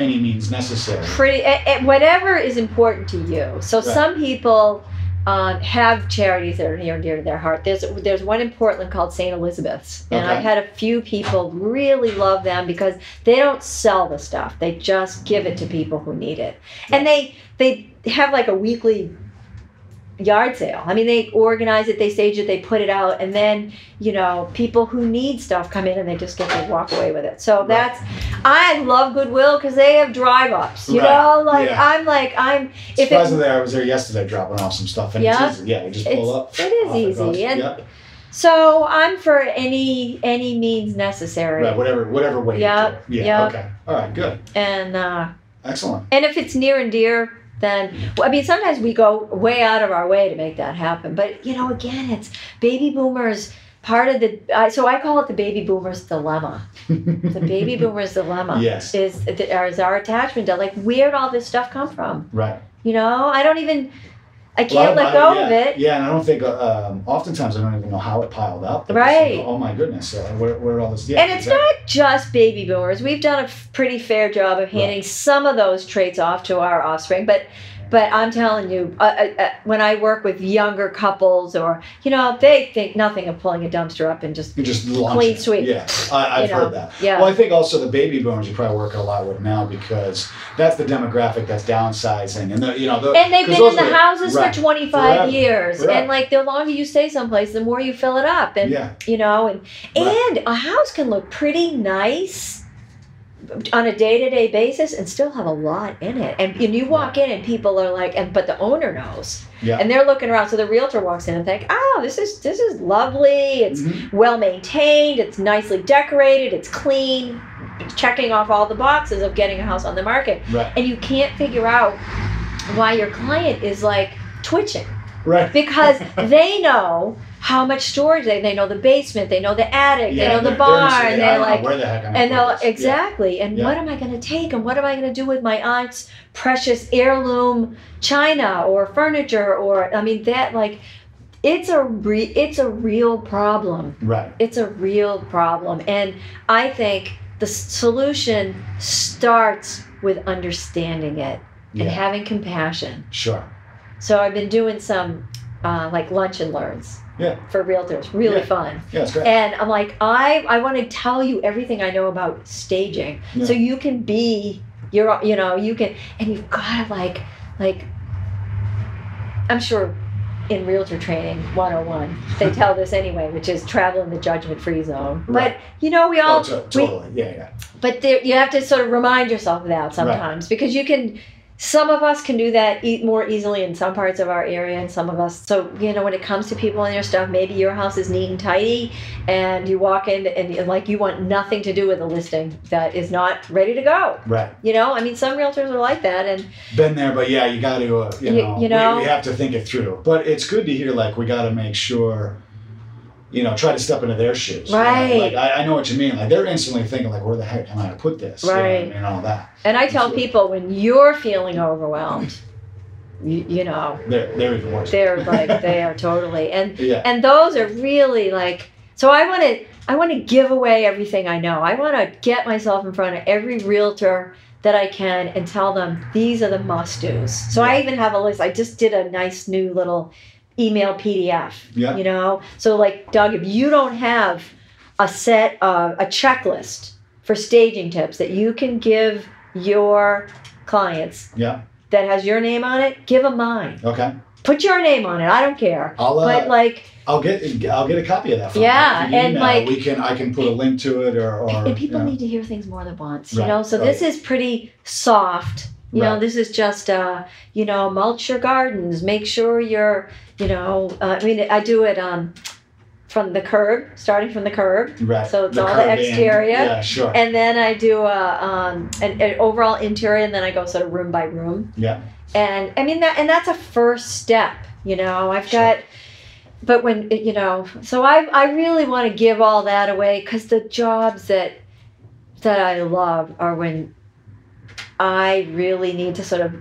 A: any means necessary.
B: Pretty eh, eh, whatever is important to you. So some people. Um, have charities that are near and dear to their heart. There's there's one in Portland called St. Elizabeth's, and
A: Okay.
B: I've had a few people really love them because they don't sell the stuff; they just give it to people who need it. And they they have like a weekly yard sale. I mean, they organize it, they stage it, they put it out, and then you know people who need stuff come in and they just get to walk away with it. So
A: Right.
B: that's I love Goodwill because they have drive ups. You
A: Right.
B: know, like
A: Yeah.
B: I'm like I'm if it
A: Surprisingly, I was there yesterday dropping off some stuff, and
B: Yeah.
A: it's easy. Yeah, you just pull
B: It's-
A: up.
B: it is
A: off goes.
B: easy, and-
A: yeah.
B: So I'm for any any means necessary,
A: Right, whatever, whatever way. you do
B: Yep,
A: it. Yeah.
B: yep.
A: Okay. All right. Good.
B: and uh,
A: Excellent.
B: and if it's near and dear, then well, I mean sometimes we go way out of our way to make that happen. But you know, again, it's baby boomers. Part of the I so I call it the baby boomers dilemma. The baby boomers dilemma
A: Yes.
B: is is our attachment to like where'd all this stuff come from?
A: Right.
B: You know, I don't even I
A: A lot
B: can't
A: of
B: let
A: my-
B: go
A: yeah,
B: of it.
A: Yeah, and I don't think. uh, Um, oftentimes, I don't even know how it piled up. but it's
B: Right.
A: like, oh my goodness. Uh, where, where all this? Yeah.
B: And it's
A: exactly.
B: not just baby boomers. We've done a f- pretty fair job of handing some of those traits off to our offspring, but but I'm telling you, uh, uh, uh, when I work with younger couples, or you know, they think nothing of pulling a dumpster up and just
A: You just launch
B: clean
A: it.
B: sweep.
A: Yeah, I, I've
B: You know,
A: heard that.
B: yeah.
A: Well, I think also the baby boomers you probably work a lot with now because that's the demographic that's downsizing, and the, you know. The,
B: and they've
A: 'cause
B: been in
A: those
B: the
A: are-
B: houses
A: right,
B: for 25
A: forever,
B: years,
A: forever.
B: and like the longer you stay someplace, the more you fill it up, and
A: Yeah.
B: you know, and
A: Right.
B: and a house can look pretty nice on a day-to-day basis and still have a lot in it and, and you walk in and people are like and but the owner knows
A: Yeah.
B: and they're looking around so the realtor walks in and think oh this is this is lovely it's
A: Mhm.
B: well maintained it's nicely decorated it's clean it's checking off all the boxes of getting a house on the market
A: Right.
B: and you can't figure out why your client is like twitching
A: Right.
B: because they know how much storage they they know the basement they know the attic
A: Yeah,
B: they know the
A: they're-
B: barn
A: They're, insane.
B: and
A: I
B: they're
A: don't know
B: like
A: where the heck I'm gonna
B: and they'll
A: put this. Yeah.
B: exactly and
A: Yeah.
B: what am i going to take and what am i going to do with my aunt's precious heirloom china or furniture or i mean that like it's a re- it's a real problem
A: Right.
B: it's a real problem and i think the s- solution starts with understanding it and
A: Yeah.
B: having compassion
A: Sure.
B: so i've been doing some uh, like lunch and learns
A: Yeah.
B: for realtors really
A: Yeah.
B: fun
A: Yeah, it's great.
B: and I'm like, I I want to tell you everything I know about staging,
A: Yeah.
B: so you can be your, you know, you can, and you've got to like, like, I'm sure in realtor training 101 they tell this anyway, which is travel in the judgment free zone.
A: Right.
B: But you know, we all,
A: oh, to-
B: we-
A: totally. yeah, yeah.
B: but there, you have to sort of remind yourself of that sometimes because you can. Some of us can do that eat more easily in some parts of our area, and some of us. So you know, when it comes to people and their stuff, maybe your house is neat and tidy, and you walk in and, and like you want nothing to do with a listing that is not ready to go.
A: Right.
B: You know, I mean, some realtors are like that, and
A: Been there, but yeah, you got to, uh, you,
B: You-
A: know,
B: you
A: we-
B: know?
A: We, have to think it through. But it's good to hear, like, we got to make sure, you know, try to step into their shoes. you know? Like,
B: Right.
A: I, I know what you mean. Like, they're instantly thinking, like, where the heck am I going to put this? You know what I
B: Right.
A: mean? And all that.
B: and I tell
A: Sure.
B: people when you're feeling overwhelmed, you, you know,
A: They're, they're even worse.
B: they're like they are totally and
A: yeah.
B: and those are really like so i want to i want to give away everything i know i want to get myself in front of every realtor that i can and tell them these are the must do's so i even have a list i just did a nice new little email pdf
A: Yeah.
B: you know so like doug if you don't have a set of a checklist for staging tips that you can give your clients
A: Yeah.
B: that has your name on it give them mine
A: Okay.
B: put your name on it. I don't care.
A: I'll, uh,
B: But like,
A: I'll get I'll get a copy of that. From
B: Yeah,
A: you. If you
B: and,
A: email,
B: like-
A: we can I can put a link to it or, or
B: and people
A: you know.
B: need to hear things more than once,
A: Right,
B: you know. So
A: right.
B: this is pretty soft. You know,
A: Right.
B: this is just uh, you know, mulch your gardens, make sure you're, you know, uh, I mean, I do it um, from the curb, starting from the curb,
A: right.
B: so it's all the
A: curved in.
B: exterior.
A: Yeah, sure.
B: and then I do a um, an, an overall interior, and then I go sort of room by room.
A: yeah,
B: and i mean that and that's a first step you know i've
A: Sure.
B: got but when you know so i i really want to give all that away because the jobs that that i love are when i really need to sort of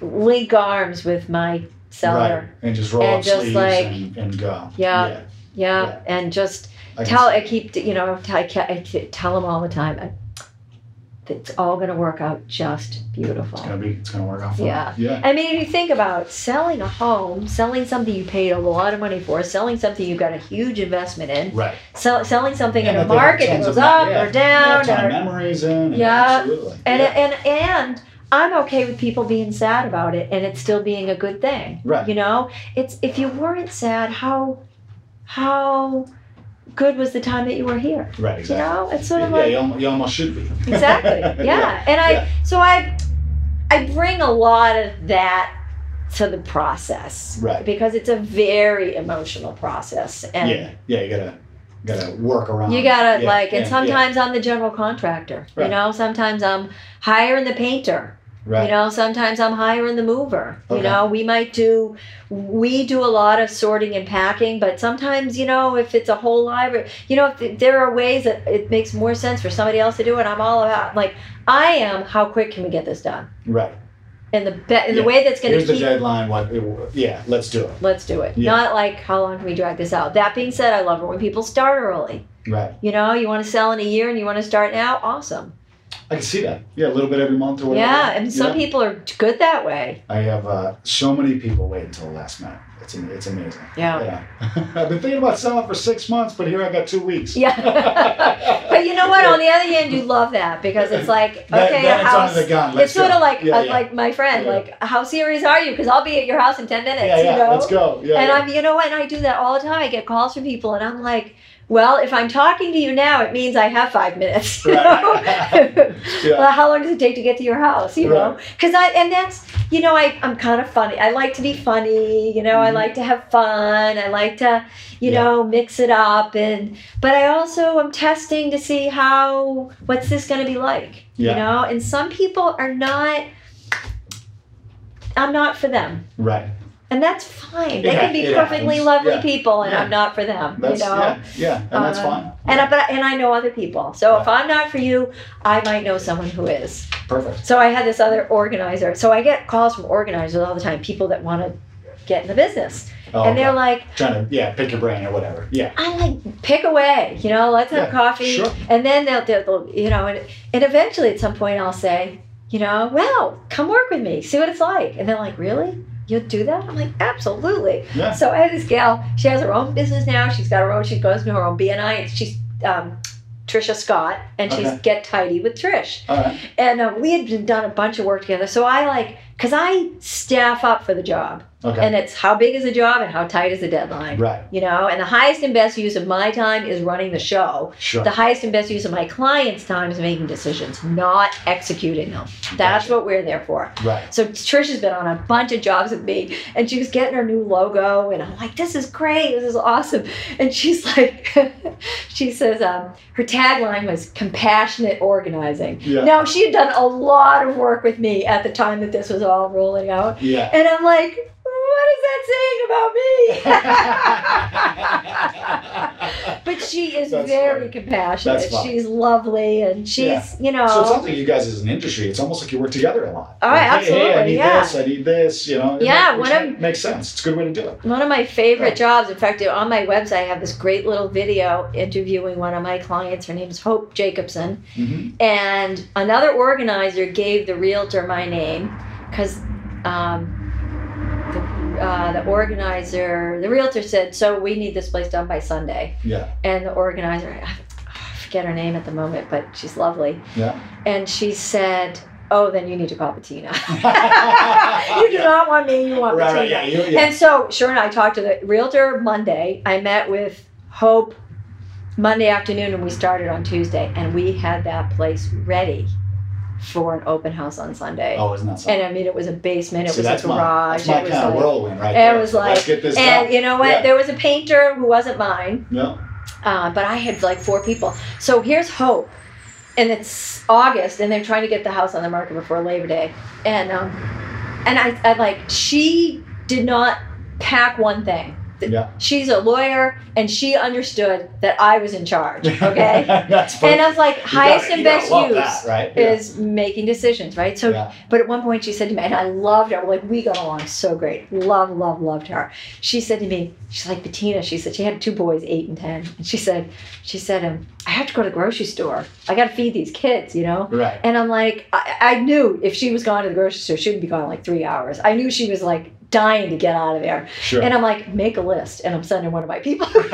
B: link arms with my
A: right.
B: seller
A: And just roll
B: And
A: up
B: just,
A: sleeves
B: like-
A: and, and go.
B: Yeah.
A: yeah.
B: yeah,
A: Yeah.
B: and just
A: I can
B: tell
A: see.
B: i keep you know I, ca- I ca- tell them all the time I, it's all going to work out just beautiful
A: It's gonna be. It's gonna work out. for me.
B: Yeah.
A: Yeah.
B: I mean, if you think about selling a home, selling something you paid a lot of money for, selling something you got a huge investment in,
A: Right.
B: sell, selling something
A: Yeah,
B: in a
A: but they have
B: market that
A: tons
B: goes
A: of ma-
B: up
A: yeah,
B: or down,
A: Lifetime
B: or,
A: memories in. and
B: Yeah.
A: Absolutely.
B: and,
A: yeah.
B: and and I'm okay with people being sad about it and it still being a good thing.
A: Right.
B: You know, it's if you weren't sad, how how good was the time that you were here?
A: Right.
B: You
A: Exactly.
B: know, it's sort of
A: yeah,
B: like
A: you, almost, you almost should be.
B: exactly yeah. and i
A: Yeah.
B: so i i bring a lot of that to the process
A: Right.
B: because it's a very emotional process and
A: yeah. Yeah. You gotta gotta work around.
B: you gotta
A: yeah,
B: like and
A: yeah,
B: sometimes i'm the general contractor
A: Right.
B: you know sometimes i'm hiring the painter
A: Yeah, right.
B: you know sometimes i'm hiring the mover you
A: Okay.
B: know we might do we do a lot of sorting and packing but sometimes you know if it's a whole library you know if th- there are ways that it makes more sense for somebody else to do it i'm all about like i am how quick can we get this done
A: right.
B: in the be- in the
A: Yeah.
B: way that's going
A: Here's
B: to
A: the
B: keep
A: deadline. What? Yeah. Let's do it.
B: let's do it
A: Yeah.
B: not like how long can we drag this out that being said i love it when people start early
A: Right.
B: you know you want to sell in a year and you want to start now awesome
A: I can see that. Yeah. A little bit every month or whatever.
B: yeah and some
A: Yeah.
B: people are good that way
A: I have uh, so many people wait until the last minute. It's am- it's amazing.
B: yeah
A: Yeah. I've been thinking about selling for six months, but here I got two weeks.
B: Yeah. but you know what on the other hand you love that because it's like okay
A: That- that
B: a
A: it's
B: house
A: under the gun. Let's
B: it's sort
A: go.
B: of like
A: Yeah,
B: uh,
A: yeah.
B: like my friend
A: Yeah.
B: like how serious are you because i'll be at your house in 10 minutes
A: yeah, yeah.
B: you know
A: Let's go. Yeah.
B: and
A: yeah.
B: I'm, you know, and I do that all the time. I get calls from people, and I'm like, well, if I'm talking to you now, it means I have five minutes. You
A: Right.
B: know?
A: Yeah.
B: well, how long does it take to get to your house? You know, because I and that's you know I I'm kind of funny. I like to be funny. You know, I
A: Mhm.
B: like to have fun. I like to you
A: Yeah.
B: know mix it up, and but I also am testing to see how what's this going to be like.
A: Yeah.
B: You know, and some people are not. I'm not for them.
A: Right.
B: And that's fine. They
A: It
B: can
A: ha-
B: be
A: it
B: perfectly
A: happens.
B: lovely
A: Yeah.
B: people, and
A: Yeah.
B: I'm not for them.
A: That's
B: you know.
A: yeah, yeah, and that's
B: Um,
A: fine.
B: And I, but and I know other people. So if
A: Right.
B: I'm not for you, I might know someone who is.
A: Perfect.
B: So I had this other organizer. So I get calls from organizers all the time, people that want to get in the business,
A: Oh,
B: and they're
A: okay.
B: like,
A: trying to yeah, pick your brain or whatever. Yeah.
B: "I like pick away, you know, let's have
A: Yeah,
B: coffee."
A: sure.
B: And then they'll, they'll, they'll you know, and, and eventually at some point I'll say, you know, well, come work with me, see what it's like. And they're like, really? You'll do that? I'm like, absolutely.
A: Yeah.
B: So I have this gal. She has her own business now. She's got her own. She goes to her own BNI. She's um, Trisha Scott, and she's
A: Okay.
B: Get Tidy with Trish.
A: All right.
B: And uh, we had been done a bunch of work together. So I like because I staff up for the job,
A: Okay.
B: and it's how big is the job and how tight is the deadline.
A: right.
B: You know, and the highest and best use of my time is running the show.
A: Sure.
B: The highest and best use of my clients' time is making decisions, not executing them. That's
A: Gotcha.
B: what we're there for.
A: right.
B: So Trish has been on a bunch of jobs with me, and she was getting her new logo, and I'm like, "This is great! This is awesome!" And she's like, she says, um, her tagline was "Compassionate Organizing."
A: Yeah.
B: Now she had done a lot of work with me at the time that this was all rolling out,
A: Yeah.
B: and I'm like, "What is that saying about me?"
A: so
B: But she is
A: That's
B: very
A: funny.
B: compassionate.
A: That's funny.
B: She's lovely, and she's, you know.
A: it sounds like you guys as an industry, it's almost like you work together a lot.
B: Um, Oh,
A: Like, hey, Hey, I
B: absolutely,
A: need
B: yeah.
A: this. I need this. You know.
B: Yeah,
A: Which
B: when I'm-
A: makes sense. It's a good way to do it.
B: One of my favorite
A: Yeah.
B: jobs. In fact, on my website, I have this great little video interviewing one of my clients. Her name is Hope Jacobson.
A: hmm
B: And another organizer gave the realtor my name because um, the, uh, the organizer, the realtor said, So we need this place done by Sunday.
A: Yeah.
B: And the organizer, I, I forget her name at the moment, but she's lovely.
A: Yeah.
B: And she said, Oh, then you need to call Bettina.
A: yeah,
B: you need not want me, you want
A: right,
B: potato.
A: right, yeah, you, yeah.
B: And so, sure, and I talked to the realtor Monday. I met with Hope Monday afternoon, and we started on Tuesday, and we had that place ready for an open house on Sunday.
A: oh, isn't that something?
B: And I mean, it was a basement, it
A: See,
B: was a
A: that's my-
B: garage,
A: That's my
B: it
A: kind
B: was
A: of
B: like,
A: whirlwind right
B: it
A: there.
B: was
A: Let's
B: like-
A: get this
B: and
A: done.
B: you know what?
A: Yeah.
B: There was a painter who wasn't mine,
A: No.
B: uh, but I had like four people. So here's Hope, and it's August, and they're trying to get the house on the market before Labor Day, and um, and I, I like she did not pack one thing.
A: Yeah.
B: She's a lawyer, and she understood that I was in charge. Okay.
A: that's perfect.
B: and I was like,
A: You gotta-
B: highest and
A: you gotta
B: best
A: love
B: use
A: that, right? Yeah.
B: is making decisions, right? So,
A: Yeah.
B: but at one point she said to me, and I loved her, like we got along so great. Love, love, loved her. She said to me, she's like, Bettina, she said, she had two boys, eight and 10. And she said, she said, um, I have to go to the grocery store. I got to feed these kids, you know?
A: Right.
B: And I'm like, I, I knew if she was gone to the grocery store, she would be gone in, like three hours. I knew she was like dying to get out of there.
A: Sure.
B: And I'm like, make a list. And I'm sending one of my people because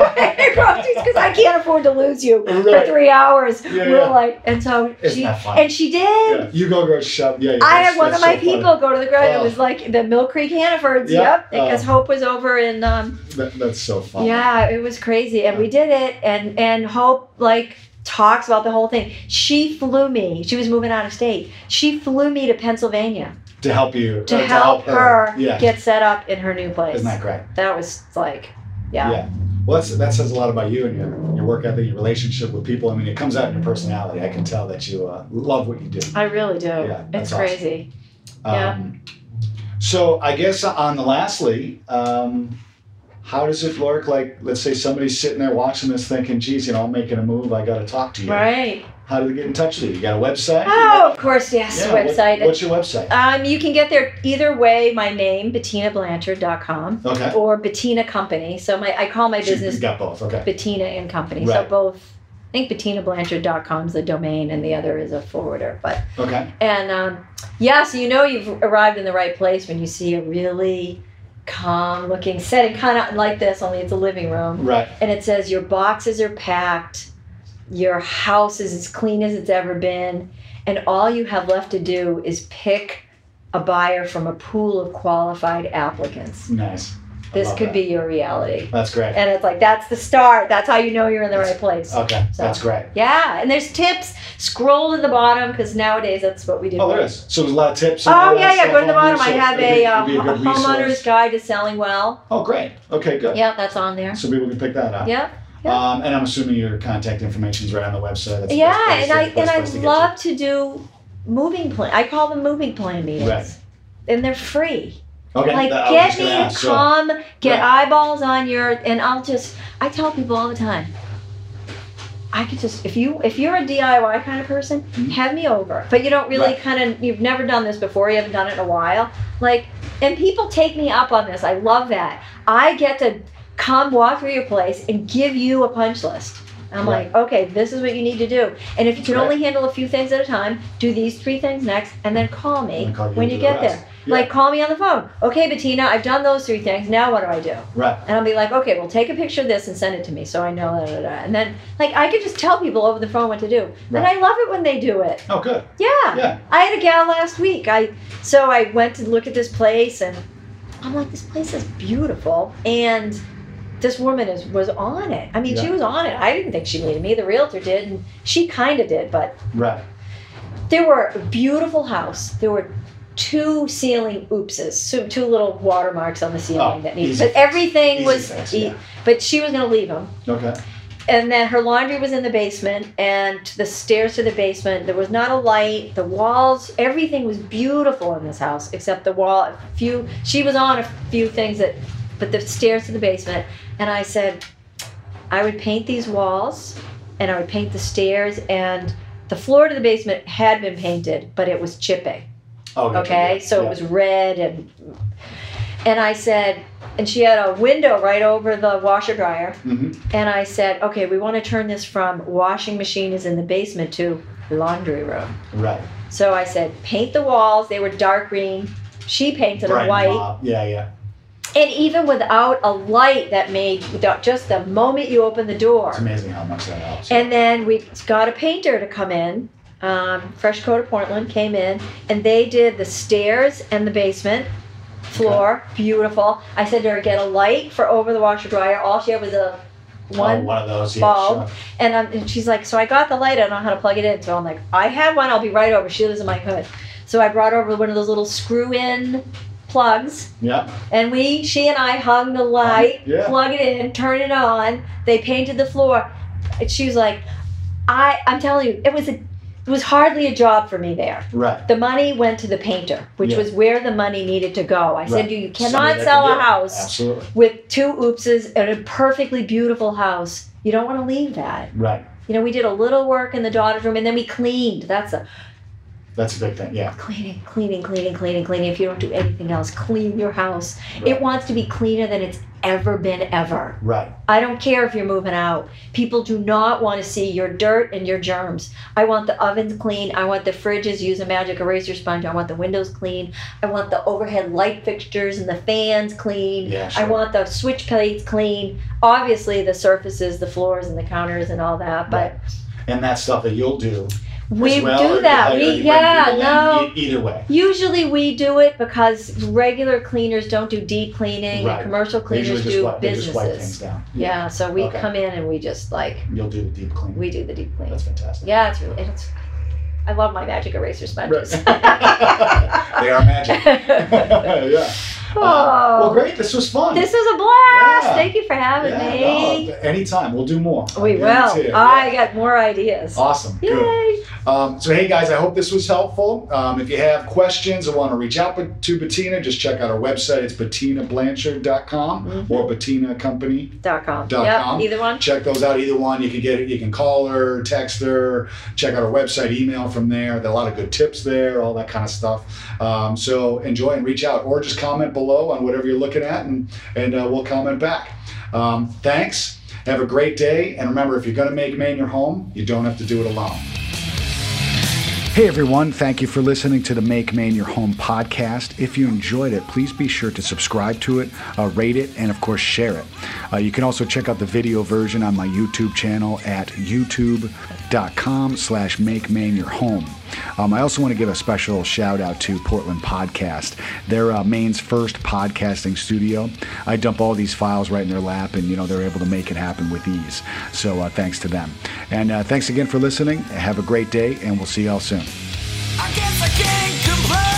B: I can't afford to lose you for
A: Right.
B: three hours.
A: Yeah,
B: We're
A: yeah.
B: like, and so
A: Isn't
B: she,
A: that fun?
B: and she did.
A: Yeah. You go grocery shop. Yeah. yeah
B: I
A: that's-
B: had one
A: that's
B: of my
A: so funny.
B: people go to the grocery. It
A: Oh.
B: was like the Mill Creek Hannaford's.
A: Yeah, Oh.
B: Yep, because Hope was over in. Um,
A: That, that's so fun.
B: yeah, it was crazy, and we did it. And and Hope like talks about the whole thing. She flew me. She was moving out of state. She flew me to Pennsylvania
A: To help you.
B: to
A: uh,
B: help her,
A: Yeah.
B: get set up in her new place.
A: Isn't that great?
B: that was like, yeah.
A: Yeah. Well, that's, that says a lot about you and your, your work ethic, your relationship with people. I mean, it comes out in your personality. I can tell that you uh, love what you do.
B: I really do.
A: Yeah,
B: it's
A: that's awesome.
B: crazy. Yeah.
A: Um, so I guess on the lastly, um, how does it work? Like, let's say somebody's sitting there watching this, thinking, "Geez, you know, I'm making a move. I got to talk to you."
B: Right.
A: How do they get in touch with you? You got a website?
B: Oh, of course, yes.
A: Yeah, what-
B: website.
A: what's your website?
B: um, you can get there either way. My name, BettinaBlanchard.com.
A: Okay.
B: or Bettina Company. So my I call Uh, my
A: So you
B: business
A: got both. Okay.
B: Bettina and Company. So
A: Right.
B: both I think BettinaBlanchard.com is the domain and the other is a forwarder. But
A: Okay.
B: and um, yeah, so you know you've arrived in the right place when you see a really calm looking setting, kind of like this, only it's a living room,
A: Right.
B: and it says your boxes are packed, your house is as clean as it's ever been, and all you have left to do is pick a buyer from a pool of qualified applicants.
A: Nice. I
B: This
A: love
B: could
A: that.
B: be your reality.
A: That's great.
B: And it's like, that's the start. That's how you know you're in the right place.
A: Okay.
B: So-
A: That's great.
B: Yeah. And there's tips. Scroll to the bottom because nowadays that's what we do.
A: Oh, there is. So there's a lot of tips. and all
B: Oh,
A: that
B: yeah, yeah.
A: stuff
B: Go to the
A: on there,
B: bottom. I
A: so
B: have
A: it'd be-
B: a, uh,
A: it'd be good
B: ho- homeowner's
A: resource.
B: guide to selling well.
A: Oh, great. Okay, good.
B: Yeah, that's on there.
A: So people can pick that up.
B: Yeah. Yeah.
A: Um, and I'm assuming your contact information is right on the website. That's the
B: yeah.
A: best place
B: And
A: to-
B: I
A: best
B: and I
A: place to get
B: love to do moving plan. I call them moving plan meetings.
A: Right.
B: And they're free.
A: you. Okay,
B: like,
A: that- I was
B: get
A: just
B: me
A: gonna
B: to
A: ask, so-
B: come, get
A: Right.
B: eyeballs on your, and I'll just, I tell people all the time. I could just if you if you're a DIY kind of person,
A: Mhm.
B: have me over. But you don't really
A: Right.
B: kind of you've never done this before. You haven't done it in a while. Like, and people take me up on this. I love that. I get to come walk through your place and give you a punch list. I'm
A: Right.
B: like, okay, this is what you need to do. And if you can
A: Right.
B: only handle a few things at a time, do these three things next, and then call me
A: And call you
B: when
A: to
B: you
A: the rest.
B: get there.
A: Yeah.
B: Like, call me on the phone. Okay, Bettina, I've done those three things. Now what do I do?
A: Right.
B: And I'll be like, okay, well, take a picture of this and send it to me so I know. Da, da, da. And then, like, I could just tell people over the phone what to do. And
A: Right.
B: I love it when they do it.
A: Oh, good.
B: Yeah.
A: Yeah.
B: I had a gal last week. I so I went to look at this place and I'm like, this place is beautiful. And this woman is was on it. I mean, she
A: Yeah.
B: was on it. I didn't think she needed me. The realtor did, and she kind of did, but
A: Right.
B: there were a beautiful house. There were two ceiling oopses, so two little watermarks on the ceiling
A: Oh,
B: that needed.
A: easy
B: But
A: fix.
B: everything
A: Easy
B: was,
A: fix,
B: e-
A: yeah.
B: but she was going to leave them.
A: Okay.
B: And then her laundry was in the basement, and the stairs to the basement. There was not a light. The walls, everything was beautiful in this house except the wall. A few. She was on a few things that, but the stairs to the basement. And I said, I would paint these walls, and I would paint the stairs and. The floor to the basement had been painted, but it was chipping
A: Oh, gotcha,
B: okay
A: yeah,
B: so
A: yeah.
B: it was red and and i said and she had a window right over the washer dryer
A: Mhm.
B: and i said okay we want to turn this from washing machine is in the basement to laundry room
A: Right.
B: so i said paint the walls they were dark green she painted them
A: Bright
B: white
A: mob. Yeah, yeah.
B: and even without a light that made without just the moment you open the door
A: It's amazing how much that helps.
B: and then we got a painter to come in. Um, Fresh Coat of Portland came in, and they did the stairs and the basement, floor, beautiful. I said to her, get a light for over the washer dryer. All she had was a
A: oh,
B: one.
A: one of those. Yeah,
B: bulb.
A: sure.
B: And, I'm, and she's like, so I got the light. I don't know how to plug it in. So I'm like, I have one. I'll be right over. She lives in my hood. So I brought over one of those little screw in plugs.
A: Yep.
B: And we, she and I hung the light,
A: yeah.
B: plug it in, turn it on. They painted the floor. And she was like, I, I'm telling you, it was a, it was hardly a job for me there.
A: Right.
B: The money went to the painter, which
A: Yeah.
B: was where the money needed to go. I said
A: Right.
B: to you, you
A: Somebody
B: cannot
A: that
B: sell
A: can
B: a
A: do it.
B: house
A: Absolutely.
B: with two oopses and a perfectly beautiful house. You don't want to leave that.
A: Right.
B: You know, we did a little work in the daughter's room and then we cleaned. That's a
A: That's a big thing. Yeah.
B: cleaning, cleaning, cleaning, cleaning, cleaning. If you don't do anything else, clean your house. It
A: Right.
B: wants to be cleaner than it's ever been ever.
A: Right.
B: I don't care if you're moving out. People do not want to see your dirt and your germs. I want the ovens clean. I want the fridges use a magic eraser sponge. I want the windows clean. I want the overhead light fixtures and the fans clean.
A: Yeah.
B: I
A: Sure.
B: want the switch plates clean. Obviously, the surfaces, the floors, and the counters, and all that. But
A: and that stuff that you'll do.
B: we
A: as well, or
B: do
A: you
B: that.
A: hire
B: We
A: anybody
B: yeah
A: to do that,
B: no.
A: e- Either way.
B: Usually we do it because regular cleaners don't do deep cleaning.
A: Right.
B: And commercial
A: They usually
B: cleaners
A: just
B: do
A: wipe, they just wipe things
B: businesses.
A: down.
B: Yeah, so we
A: Okay.
B: come in and we just like
A: You'll do the deep clean.
B: we do the deep cleaning.
A: That's fantastic.
B: Yeah, it's really. It's, I love my magic eraser sponges.
A: they are magic. yeah. Well,
B: oh,
A: great. This was fun.
B: this was a blast!
A: Yeah.
B: Thank you for having
A: yeah,
B: me.
A: no, anytime. We'll do more. I
B: we will.
A: guarantee it.
B: I
A: Yeah.
B: got more ideas.
A: Awesome. Good.
B: Yay!
A: Um, so, hey guys, I hope this was helpful. Um, if you have questions or want to reach out to Bettina, just check out our website. It's bettinablanchard.com
B: Mm-hmm.
A: or Bettina Company
B: Dot com.
A: Dot
B: yep,
A: com.
B: either one.
A: check those out. Either one, you can get you can call her, text her, check out her website, email from there. There are a lot of good tips there, all that kind of stuff. Um, so enjoy and reach out, or just comment below on whatever you're looking at, and and uh, we'll comment back. Um, thanks. Have a great day, and remember, if you're going to make Maine your home, you don't have to do it alone. Hey everyone, thank you for listening to the Make Maine Your Home podcast. If you enjoyed it, please be sure to subscribe to it, uh, rate it, and of course share it. Uh, you can also check out the video version on my YouTube channel at youtube.com slash make Maine your home. Um, I also want to give a special shout out to Portland Podcast. They're uh, Maine's first podcasting studio. I dump all these files right in their lap and you know they're able to make it happen with ease. So uh, thanks to them. And uh, thanks again for listening. Have a great day and we'll see y'all soon.
D: I guess I can't complain.